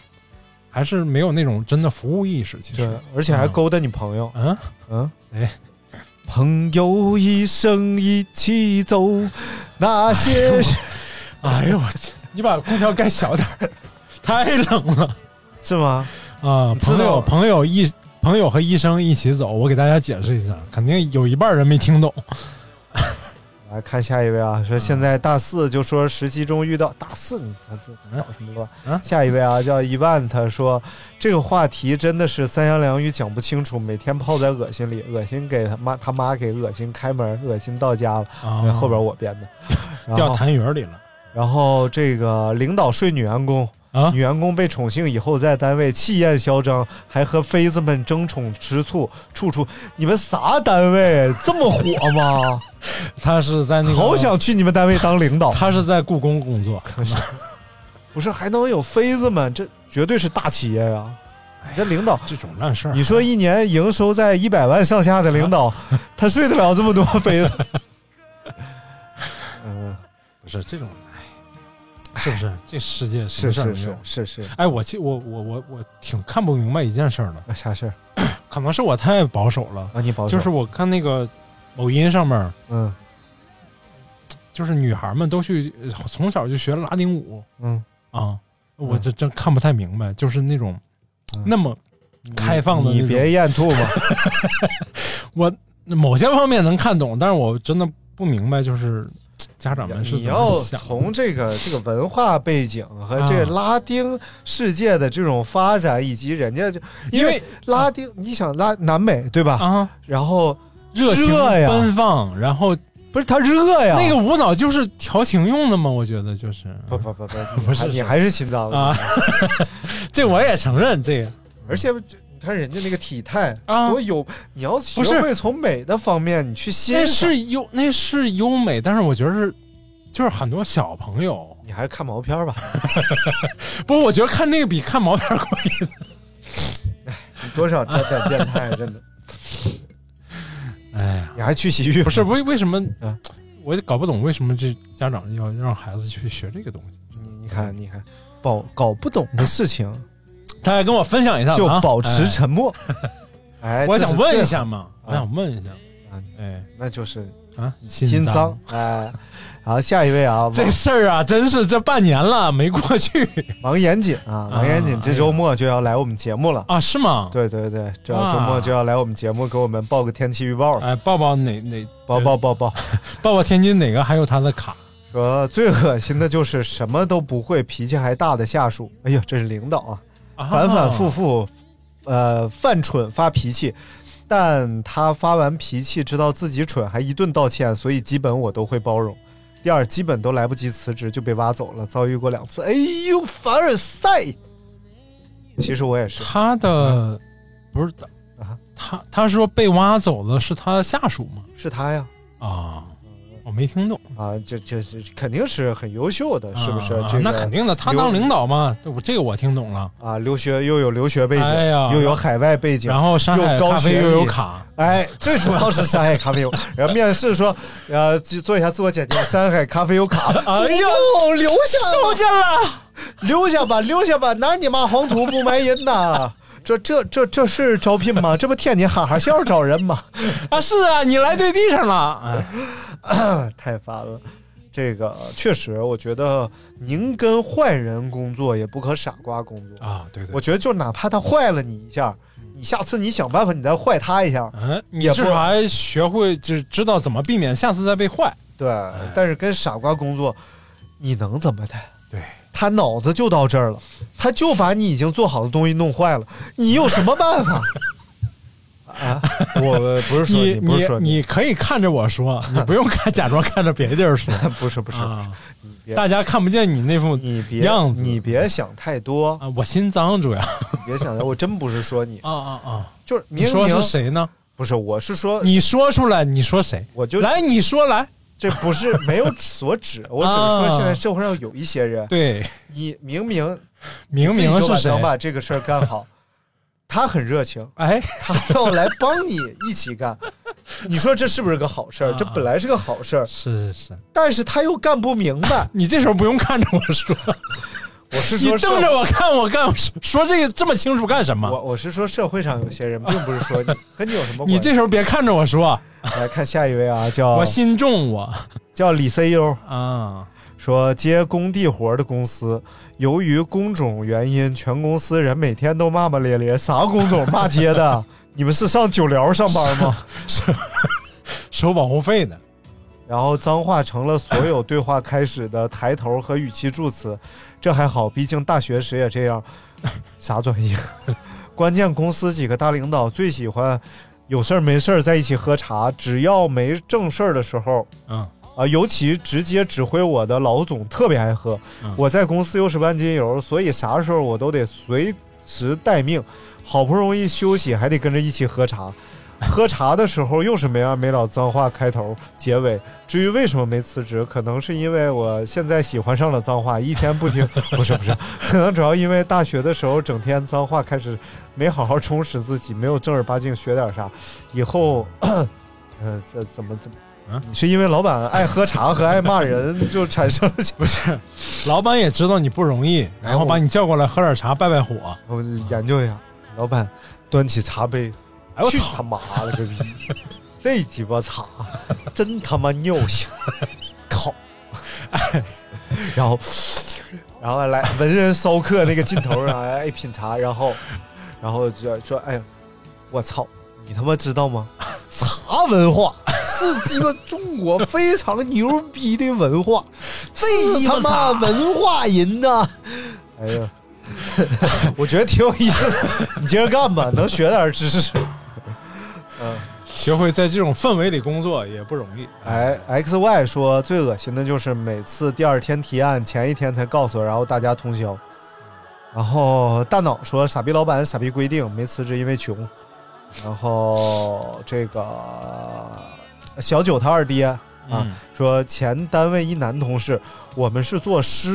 Speaker 10: 还是没有那种真的服务意识，其实
Speaker 9: 对，而且还
Speaker 10: 嗯
Speaker 9: 勾搭你朋友。
Speaker 10: 嗯
Speaker 9: 嗯，
Speaker 10: 谁？
Speaker 9: 朋友一生一起走，那些是
Speaker 10: 哎呦我去，你把空调盖小点 [LAUGHS] 儿，太冷了
Speaker 9: 是吗？
Speaker 10: 啊！
Speaker 9: 知道
Speaker 10: 朋友，朋友一朋友和医生一起走，我给大家解释一下，肯定有一半人没听懂。
Speaker 9: 来看下一位啊，说现在大四就说实习中遇到大四，你他自搞什么乱？下一位啊，叫一万，他说这个话题真的是三言两语讲不清楚，每天泡在恶心里，恶心给他妈他妈给恶心开门，恶心到家了。
Speaker 10: 啊
Speaker 9: 后边我编的，然后
Speaker 10: 掉痰盂儿里了，
Speaker 9: 然后这个领导睡女员工
Speaker 10: 啊
Speaker 9: 女员工被宠幸以后，在单位气焰嚣张，还和妃子们争宠吃醋，处处你们啥单位这么火吗？
Speaker 10: 他是 [LAUGHS] 在那个，
Speaker 9: 好想去你们单位当领导，
Speaker 10: 他是在故宫工作，
Speaker 9: [LAUGHS] 不是还能有妃子们？这绝对是大企业呀、
Speaker 10: 哎
Speaker 9: 你这领导，
Speaker 10: 这种烂事儿。
Speaker 9: 你说一年营收在一百万上下的领
Speaker 10: [LAUGHS]
Speaker 9: 导，他睡得了这么多妃子？嗯，
Speaker 10: 不是这种，哎，是不是？这世界什
Speaker 9: 是
Speaker 10: 么事儿
Speaker 9: 是
Speaker 10: 没
Speaker 9: 是
Speaker 10: 有？
Speaker 9: 是是，
Speaker 10: 哎，我其我我我我挺看不明白一件事儿的，
Speaker 9: 啊啥事儿
Speaker 10: 可能是我太保守了，
Speaker 9: 啊？你保守
Speaker 10: 就是我看那个某音上面儿，
Speaker 9: 嗯
Speaker 10: 就是女孩们都去呃从小就学拉丁舞
Speaker 9: 嗯，
Speaker 10: 啊，我这真看不太明白，就是那种
Speaker 9: 嗯
Speaker 10: 那么开放的
Speaker 9: 你
Speaker 10: 那种
Speaker 9: 别咽吐嘛。
Speaker 10: 我某些方面能看懂，但是我真的不明白，就是家长们是
Speaker 9: 你
Speaker 10: 怎
Speaker 9: 要
Speaker 10: 么想的啊
Speaker 9: 从这个这个文化背景和这个拉丁世界的这种发展，以及人家就因
Speaker 10: 因为
Speaker 9: 为拉丁，你想拉南美对吧？
Speaker 10: 啊
Speaker 9: 然后
Speaker 10: 热情
Speaker 9: 呀，啊
Speaker 10: 奔放，然后
Speaker 9: 不是它热呀，
Speaker 10: 那个舞蹈就是调情用的嘛，我觉得就是
Speaker 9: 不不不不
Speaker 10: [LAUGHS] 不是
Speaker 9: 你
Speaker 10: 是
Speaker 9: 还是心脏
Speaker 10: 啊 [LAUGHS]
Speaker 9: 了，，
Speaker 10: 这我也承认这个。
Speaker 9: 而且这你看人家那个体态
Speaker 10: 啊
Speaker 9: 多有，你要学
Speaker 10: 不是
Speaker 9: 会从美的方面你去
Speaker 10: 那
Speaker 9: 欣赏，
Speaker 10: 是优，那是优美，但是我觉得是，就是很多小朋友，
Speaker 9: 你还是看毛片儿吧，
Speaker 10: 不是，我觉得看那个比看毛片儿过瘾。 [LAUGHS]
Speaker 9: 你多少沾点变态，真的。
Speaker 10: 哎呀， [LAUGHS]
Speaker 9: 你还去洗浴？
Speaker 15: 不是，为为什么？
Speaker 10: 嗯
Speaker 15: 我也搞不懂为什么这家长要让孩子去学这个东西。
Speaker 9: 你看，你看，搞搞不懂的事情，
Speaker 10: 大家跟我分享一下吧
Speaker 9: 就
Speaker 10: 啊
Speaker 9: 保持
Speaker 10: 哎
Speaker 9: 沉
Speaker 10: [LAUGHS]
Speaker 9: 默。哎，
Speaker 10: 我
Speaker 9: 这
Speaker 10: 想
Speaker 9: 是
Speaker 10: 问
Speaker 9: 最
Speaker 10: 一下
Speaker 9: 好
Speaker 10: 嘛，我
Speaker 9: 啊
Speaker 10: 想问一下，
Speaker 9: 哎，那就是
Speaker 10: 啊，
Speaker 9: 心脏
Speaker 10: 脏。
Speaker 9: 哎，好，下一位啊，
Speaker 10: 这事儿啊，真是这半年了没过去
Speaker 9: 王严谨啊，王严谨
Speaker 10: 哎
Speaker 9: 这周末就要来我们节目了
Speaker 10: [LAUGHS] 啊？是吗？
Speaker 9: 对对对，这
Speaker 10: 哇
Speaker 9: 周末就要来我们节目给我们报个天气预报了。
Speaker 10: 哎，报报哪哪？
Speaker 9: 报报报报
Speaker 10: 报报天津哪个还有他的卡？
Speaker 9: 说最恶心的就是什么都不会、脾气还大的下属。哎呀，这是领导啊，反反
Speaker 10: 哦
Speaker 9: 复复，呃，犯蠢发脾气，但他发完脾气知道自己蠢，还一顿道歉，所以基本我都会包容。第二，基本都来不及辞职就被挖走了，遭遇过两次。哎呦，凡尔赛！其实我也是。
Speaker 10: 他的
Speaker 9: 啊
Speaker 10: 不是他，他说被挖走的是他的下属吗？
Speaker 9: 是他呀。
Speaker 10: 啊，我没听懂
Speaker 9: 啊，这这是肯定是很优秀的，是不是？
Speaker 10: 啊
Speaker 9: 这个
Speaker 10: 那肯定的，他当领导嘛，这我这个我听懂了。
Speaker 9: 啊，留学又有留学背景，
Speaker 10: 哎呀
Speaker 9: 又有海外背景，
Speaker 10: 然后山海
Speaker 9: 又高
Speaker 10: 咖啡
Speaker 9: 学历
Speaker 10: 又有卡，
Speaker 9: 哎，最主要是山海咖啡有。然后面试说，呃，就做一下自我简介，山海咖啡有卡。
Speaker 10: 哎呀
Speaker 9: 呦，留下吧
Speaker 10: 收下了，
Speaker 9: 留下吧，留下吧，哪儿你妈黄土不埋人呐！这这这这是招聘吗？这不天津哈哈笑找人吗？
Speaker 10: 啊，是啊，你来对地上了。哎，
Speaker 9: 太烦了。这个确实，我觉得您跟坏人工作也不可傻瓜工作
Speaker 10: 啊。对对，
Speaker 9: 我觉得就哪怕他坏了你一下，你下次你想办法，你再坏他一下，
Speaker 10: 嗯，你
Speaker 9: 也
Speaker 10: 至
Speaker 9: 不
Speaker 10: 少还学会知知道怎么避免下次再被坏。
Speaker 9: 对。但是跟傻瓜工作，你能怎么的？
Speaker 10: 对，
Speaker 9: 他脑子就到这儿了，他就把你已经做好的东西弄坏了，你有什么办 [LAUGHS] 法？啊，我不是说
Speaker 10: 你
Speaker 9: 不是说
Speaker 10: 你你可以看着
Speaker 9: [LAUGHS]
Speaker 10: 我说，你不用看假装看着别的地儿说。
Speaker 9: 不是不是，
Speaker 10: 啊
Speaker 9: 别
Speaker 10: 大家看不见你那副
Speaker 9: 别
Speaker 10: 样子。
Speaker 9: 你别想太多
Speaker 10: 啊！我心脏主要。
Speaker 9: 你别想太，我真不是说你，
Speaker 10: 啊啊啊！
Speaker 9: 就是明
Speaker 10: 你说
Speaker 9: 明
Speaker 10: 是谁呢？
Speaker 9: 不是，我是说
Speaker 10: 你说出来，你说谁？
Speaker 9: 我就
Speaker 10: 来，你说来。
Speaker 9: 这不是没有所 [LAUGHS] 指，我只是说现在社会上有一些人，
Speaker 10: 对，
Speaker 9: 你明明
Speaker 10: 明
Speaker 9: 你自己
Speaker 10: 明
Speaker 9: 就是晚
Speaker 10: 谁
Speaker 9: 能？把这个事儿干好，他很热情，
Speaker 10: 哎，
Speaker 9: 他要来帮你一起干，你说这是不是个好事儿？这本来是个好事儿，
Speaker 10: 是是是，。
Speaker 9: 但是他又干不明白
Speaker 10: 你这时候不用看着我
Speaker 9: [LAUGHS]
Speaker 10: 说，
Speaker 9: 我是
Speaker 10: 你
Speaker 9: 说社
Speaker 10: 瞪着我看，我干说这个这么清楚干什么？
Speaker 9: 我我是说社会上有些人，并不是说你和你有什么关系。
Speaker 10: 你这时候别看着我说，
Speaker 9: 来看下一位啊，叫
Speaker 10: 我心重我
Speaker 9: 叫李 CEO
Speaker 10: 啊，
Speaker 9: 说接工地活儿的公司，由于工种原因，全公司人每天都骂骂咧咧，啥工种骂街的？ [LAUGHS] 你们是上九寮上班吗？
Speaker 10: 收保护费的，
Speaker 9: 然后脏话成了所有对话开始的抬头和语气助词，这还好，毕竟大学时也这样。啥专业？关键公司几个大领导最喜欢有事儿没事儿在一起喝茶，只要没正事儿的时候，
Speaker 10: 嗯
Speaker 9: 啊，尤其直接指挥我的老总特别爱喝。
Speaker 10: 嗯
Speaker 9: 我在公司又是万金油，所以啥时候我都得随时待命。好不容易休息，还得跟着一起喝茶。喝茶的时候又是没完没了脏话开头结尾。至于为什么没辞职，可能是因为我现在喜欢上了脏话，一天不听 [LAUGHS] 不是不是，可能主要因为大学的时候整天脏话，开始没好好充实自己，没有正儿八经学点啥。以后， [COUGHS] 呃，这怎么怎么？你是因为老板爱喝茶和爱骂人，就产生了不是？
Speaker 10: 老板也知道你不容易，
Speaker 9: 哎
Speaker 10: 然后把你叫过来喝点茶拜拜火。
Speaker 9: [LAUGHS] 我研究一下。老板端起茶杯，
Speaker 10: 哎我
Speaker 9: 去
Speaker 10: 操
Speaker 9: 他妈了个逼！ [LAUGHS] 这鸡巴茶真他妈尿性， [LAUGHS] 靠！ [LAUGHS] 然后，然后来文人骚客那个劲头上，哎，品茶，然后， [LAUGHS] 然后就说，哎呀，我操，你他妈知道吗？ [LAUGHS] 茶文化是鸡巴中国非常牛逼的文 [LAUGHS] 化，这
Speaker 14: 鸡
Speaker 9: 鸡
Speaker 14: 巴
Speaker 9: 巴
Speaker 14: 茶
Speaker 9: 文化人呐！哎呀， [LAUGHS] 我觉得挺有意思，你接着干吧，能学点知识。嗯，
Speaker 10: 学会在这种氛围里工作也不容易。
Speaker 9: 哎，X Y 说最恶心的就是每次第二天提案，前一天才告诉我，然后大家通宵。然后大脑说傻逼老板，傻逼规定，没辞职因为穷。然后这个小九他二爹啊、
Speaker 10: 嗯
Speaker 9: 说前单位一男同事，我们是做施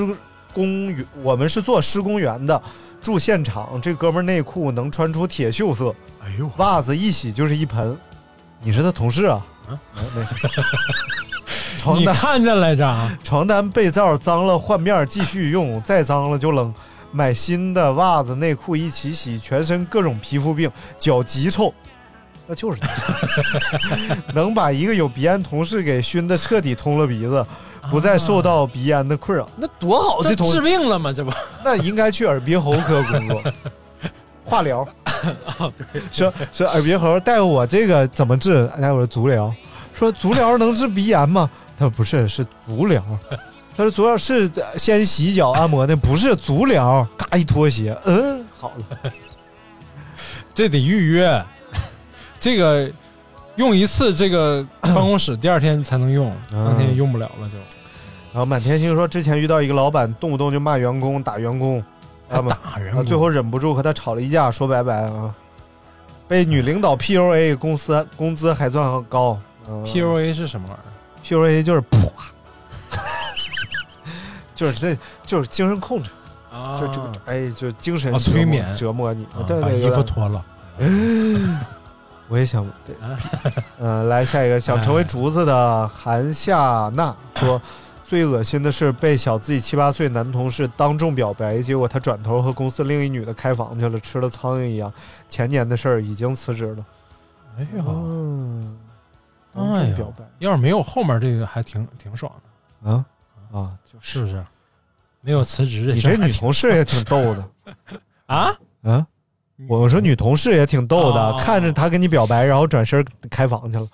Speaker 9: 工员，我们是做施工员的，住现场，这哥们儿内裤能穿出铁锈色，
Speaker 10: 哎呦，
Speaker 9: 袜子一洗就是一盆。你是他同事啊？
Speaker 10: 啊，
Speaker 9: 没事。 [LAUGHS] 床
Speaker 10: 你
Speaker 9: 单
Speaker 10: 看见来着啊？
Speaker 9: 床单被罩脏了换面儿继续用，再脏了就扔。买新的袜子内裤一起洗，全身各种皮肤病，脚极臭， [LAUGHS] 那就是 [LAUGHS] 你能把一个有鼻炎同事给熏得彻底通了鼻子，不再受到鼻炎的困扰，那多好！这同
Speaker 10: 治
Speaker 9: 事
Speaker 10: 病了吗？这不，
Speaker 9: 那应该去耳鼻喉科工
Speaker 10: [LAUGHS]
Speaker 9: 作，化疗。
Speaker 10: 哦
Speaker 9: 说说耳鼻喉大夫，我这个怎么治？大夫说足疗。说足疗能治鼻炎吗？他说不是，是足疗。他说足疗是先洗脚按摩的，不是足疗。嘎一脱鞋，嗯，好了。
Speaker 10: 这得预约， [LAUGHS] 这个用一次
Speaker 9: [CLEARS THROAT]
Speaker 10: 这个办公室，第二天才能用，
Speaker 9: 啊
Speaker 10: 当天用不了了就。
Speaker 9: 然后满天星说，之前遇到一个老板，动不动就骂员工、打员工，啊不
Speaker 10: 打员
Speaker 9: 啊最后忍不住和他吵了一架，说拜拜啊。被女领导 PUA，公司工资还算高。呃
Speaker 10: PUA 是什么玩意儿？
Speaker 9: PUA 就是啪，就是这就是精神控制，
Speaker 10: 啊
Speaker 9: 就就哎就精神
Speaker 10: 啊
Speaker 9: 折磨
Speaker 10: 催眠
Speaker 9: 折磨你
Speaker 10: 啊，
Speaker 9: 对
Speaker 10: 把
Speaker 9: 对，有
Speaker 10: 衣服
Speaker 9: 点
Speaker 10: 脱了。
Speaker 9: 我也想对，
Speaker 10: 啊
Speaker 9: 嗯，来下一个，想成
Speaker 10: 哎
Speaker 9: 为竹子的韩夏娜说，最恶心的是被小自己七八岁男同事当众表白，结果他转头和公司另一女的开房去了，吃了苍蝇一样。前年的事儿，已经辞职了。
Speaker 10: 哎
Speaker 9: 啊呦，当
Speaker 10: 哦哎
Speaker 9: 众
Speaker 10: 呀
Speaker 9: 表白，
Speaker 10: 要是没有后面这个，还挺挺爽
Speaker 9: 的啊啊，
Speaker 10: 是不是？没有辞职，
Speaker 9: 你这
Speaker 10: 事儿还
Speaker 9: 女同事也挺逗的。
Speaker 10: [LAUGHS] 啊
Speaker 9: 啊！我说女同事也挺逗的，
Speaker 10: 哦嗯
Speaker 9: 看着她跟你表白，然后转身开房去了。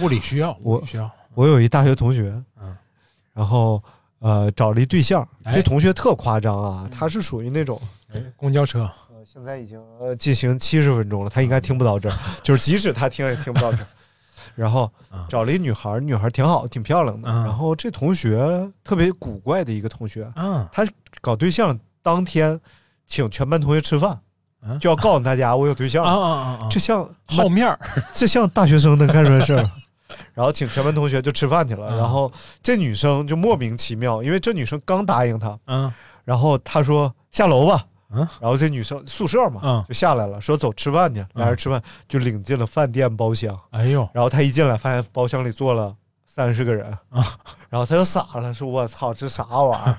Speaker 10: 物理需要，物
Speaker 9: 我
Speaker 10: 理需要。
Speaker 9: 我有一大学同学，
Speaker 10: 嗯，
Speaker 9: 然后呃找了一对象，
Speaker 10: 哎嗯
Speaker 9: 这同学特夸张啊，他是属于那种
Speaker 10: 公交车，
Speaker 9: 现在已经呃进行七十分钟了，他应该听不到这儿，
Speaker 10: 嗯
Speaker 9: [LAUGHS] 就是即使他听也听不到这
Speaker 10: [LAUGHS]
Speaker 9: 儿。然后找了一女孩，女孩挺好，挺漂亮
Speaker 10: 嗯
Speaker 9: 的。然后这同学特别古怪的一个同学，
Speaker 10: 嗯，
Speaker 9: 他搞对象当天请全班同学吃饭，就要告诉大家我有对象了。
Speaker 10: 啊啊啊
Speaker 9: 这像
Speaker 10: 嗯好面儿，
Speaker 9: 这像大学生能干出来的事儿吗。然后请全班同学就吃饭去了，然后这女生就莫名其妙，因为这女生刚答应他，
Speaker 10: 嗯，
Speaker 9: 然后他说下楼吧，然后这女生宿舍嘛，就下来了，说走吃饭去，俩人吃饭就领进了饭店包厢，
Speaker 10: 哎呦，
Speaker 9: 然后他一进来发现包厢里坐了三十个人，然后他就傻了，说我操这啥玩意儿，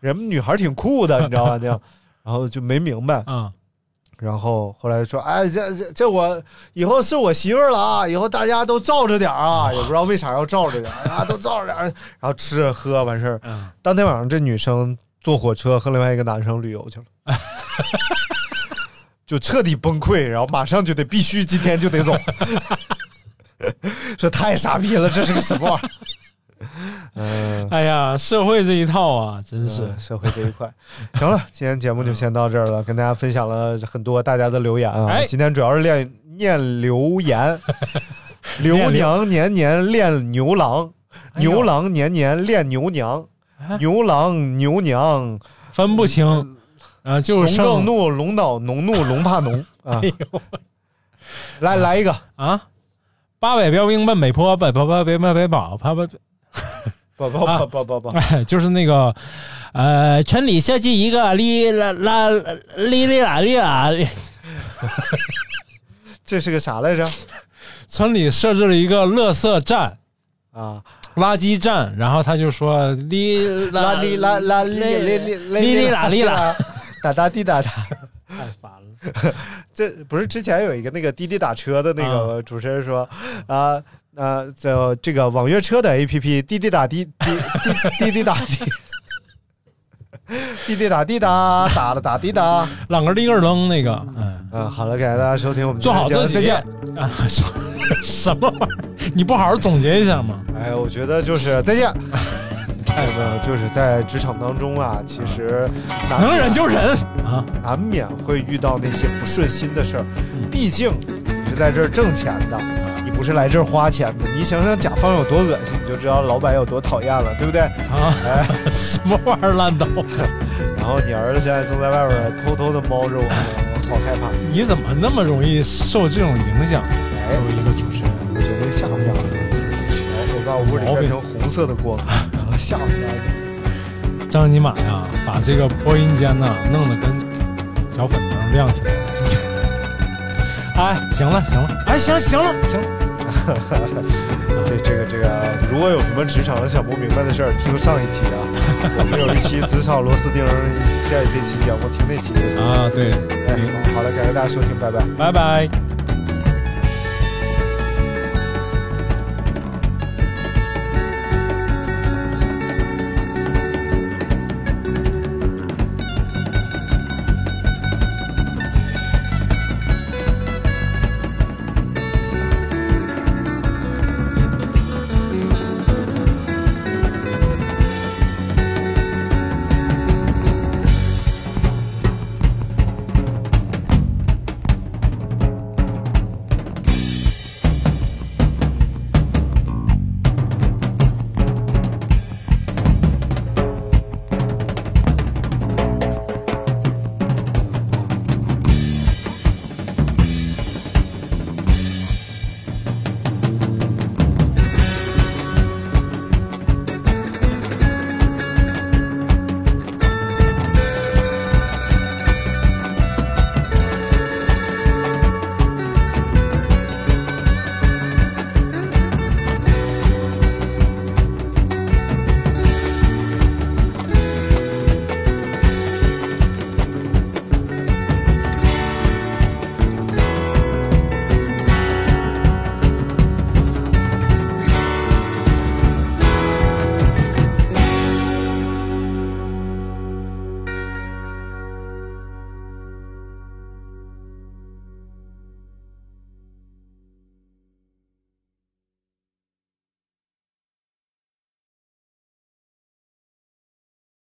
Speaker 9: 人们女孩挺酷的，你知道吧？这样，然后就没明白，
Speaker 10: 嗯。
Speaker 9: 然后后来说，哎，这这这我以后是我媳妇儿了啊，以后大家都罩着点儿啊，也不知道为啥要罩着点儿，大家都罩着点儿，然后吃喝完事儿。
Speaker 10: 啊
Speaker 9: 当天晚上，这女生坐火车和另外一个男生旅游去了，就彻底崩溃，然后马上就得必须今天就得走，说太傻逼了，这是个什么玩意儿？嗯，
Speaker 10: 哎呀，社会这一套啊，真是、
Speaker 9: 嗯社会这一块。行了，今天节目就先到这儿了，跟大家分享了很多大家的留言啊。
Speaker 10: 哎
Speaker 9: 今天主要是练念留言，
Speaker 10: 念
Speaker 9: 刘
Speaker 10: 留
Speaker 9: 娘年年恋牛郎，
Speaker 10: 哎呦
Speaker 9: 牛郎年年恋牛娘，牛郎牛娘
Speaker 10: 分不清啊，就
Speaker 9: 龙
Speaker 10: 剩
Speaker 9: 更怒，龙恼农怒，龙怕农啊。来来一个
Speaker 10: 啊，八百标兵奔北坡，北坡北北北跑，啪啪。
Speaker 9: 不不不不不不，
Speaker 10: 哎，就是那个，呃，村里设计一个哩啦啦哩哩啦哩啦，
Speaker 9: 这是个啥来着？
Speaker 10: 村里设置了一个垃圾站
Speaker 9: 啊，
Speaker 10: 垃圾站，然后他就说哩啦
Speaker 9: 啦哩啦啦哩哩哩
Speaker 10: 哩哩啦哩啦，，
Speaker 9: 哒哒滴哒哒。
Speaker 10: 太烦了，
Speaker 9: 这不是之前有一个那个滴滴打车的那个主持人说，啊啊，这这个网约车的 A P P 滴滴打滴滴滴滴滴打滴， [LAUGHS] 滴滴打滴答打了打滴答。
Speaker 10: 啷个哩个楞那个，
Speaker 9: 嗯，好了，感谢大家收听我们
Speaker 10: 做好
Speaker 9: 今天
Speaker 10: 自
Speaker 9: 的
Speaker 10: 己，
Speaker 9: 节目再见。
Speaker 10: 啊，什什么玩意儿？你不好好总结一下吗？
Speaker 9: 哎，我觉得就是再见。 [LAUGHS] 哎，没有，就是在职场当中啊，其实难免
Speaker 10: 能忍就忍啊，
Speaker 9: 难免会遇到那些不顺心的事儿。毕竟你是在这儿挣钱的，你不是来这儿花钱的。你想想甲方有多恶心，你就知道老板有多讨厌了，对不对？
Speaker 10: 啊， [LAUGHS]
Speaker 9: 哎，
Speaker 10: 什么玩意儿烂刀？
Speaker 9: 然后你儿子现在正在外边偷偷的猫着我，我好害怕。
Speaker 10: 你怎么那么容易受这种影响？
Speaker 9: 哎，
Speaker 10: 一个主持人，
Speaker 9: 我觉得吓唬吓唬他。我把屋里变成红色的光， [LAUGHS] 啊吓唬吓唬他。
Speaker 10: 张尼玛呀，把这个播音间呐弄得跟小 [LAUGHS] 粉灯亮起来了。哎，行了行了，哎行行了行了，
Speaker 9: 这这个这个，如果有什么职场上想不明白的事儿，听上一期啊，我们有一期职场螺丝钉儿，在这期节目听那期
Speaker 10: 啊，对，
Speaker 9: 嗯哎，好好了，感谢大家收听，拜拜，
Speaker 10: 拜拜。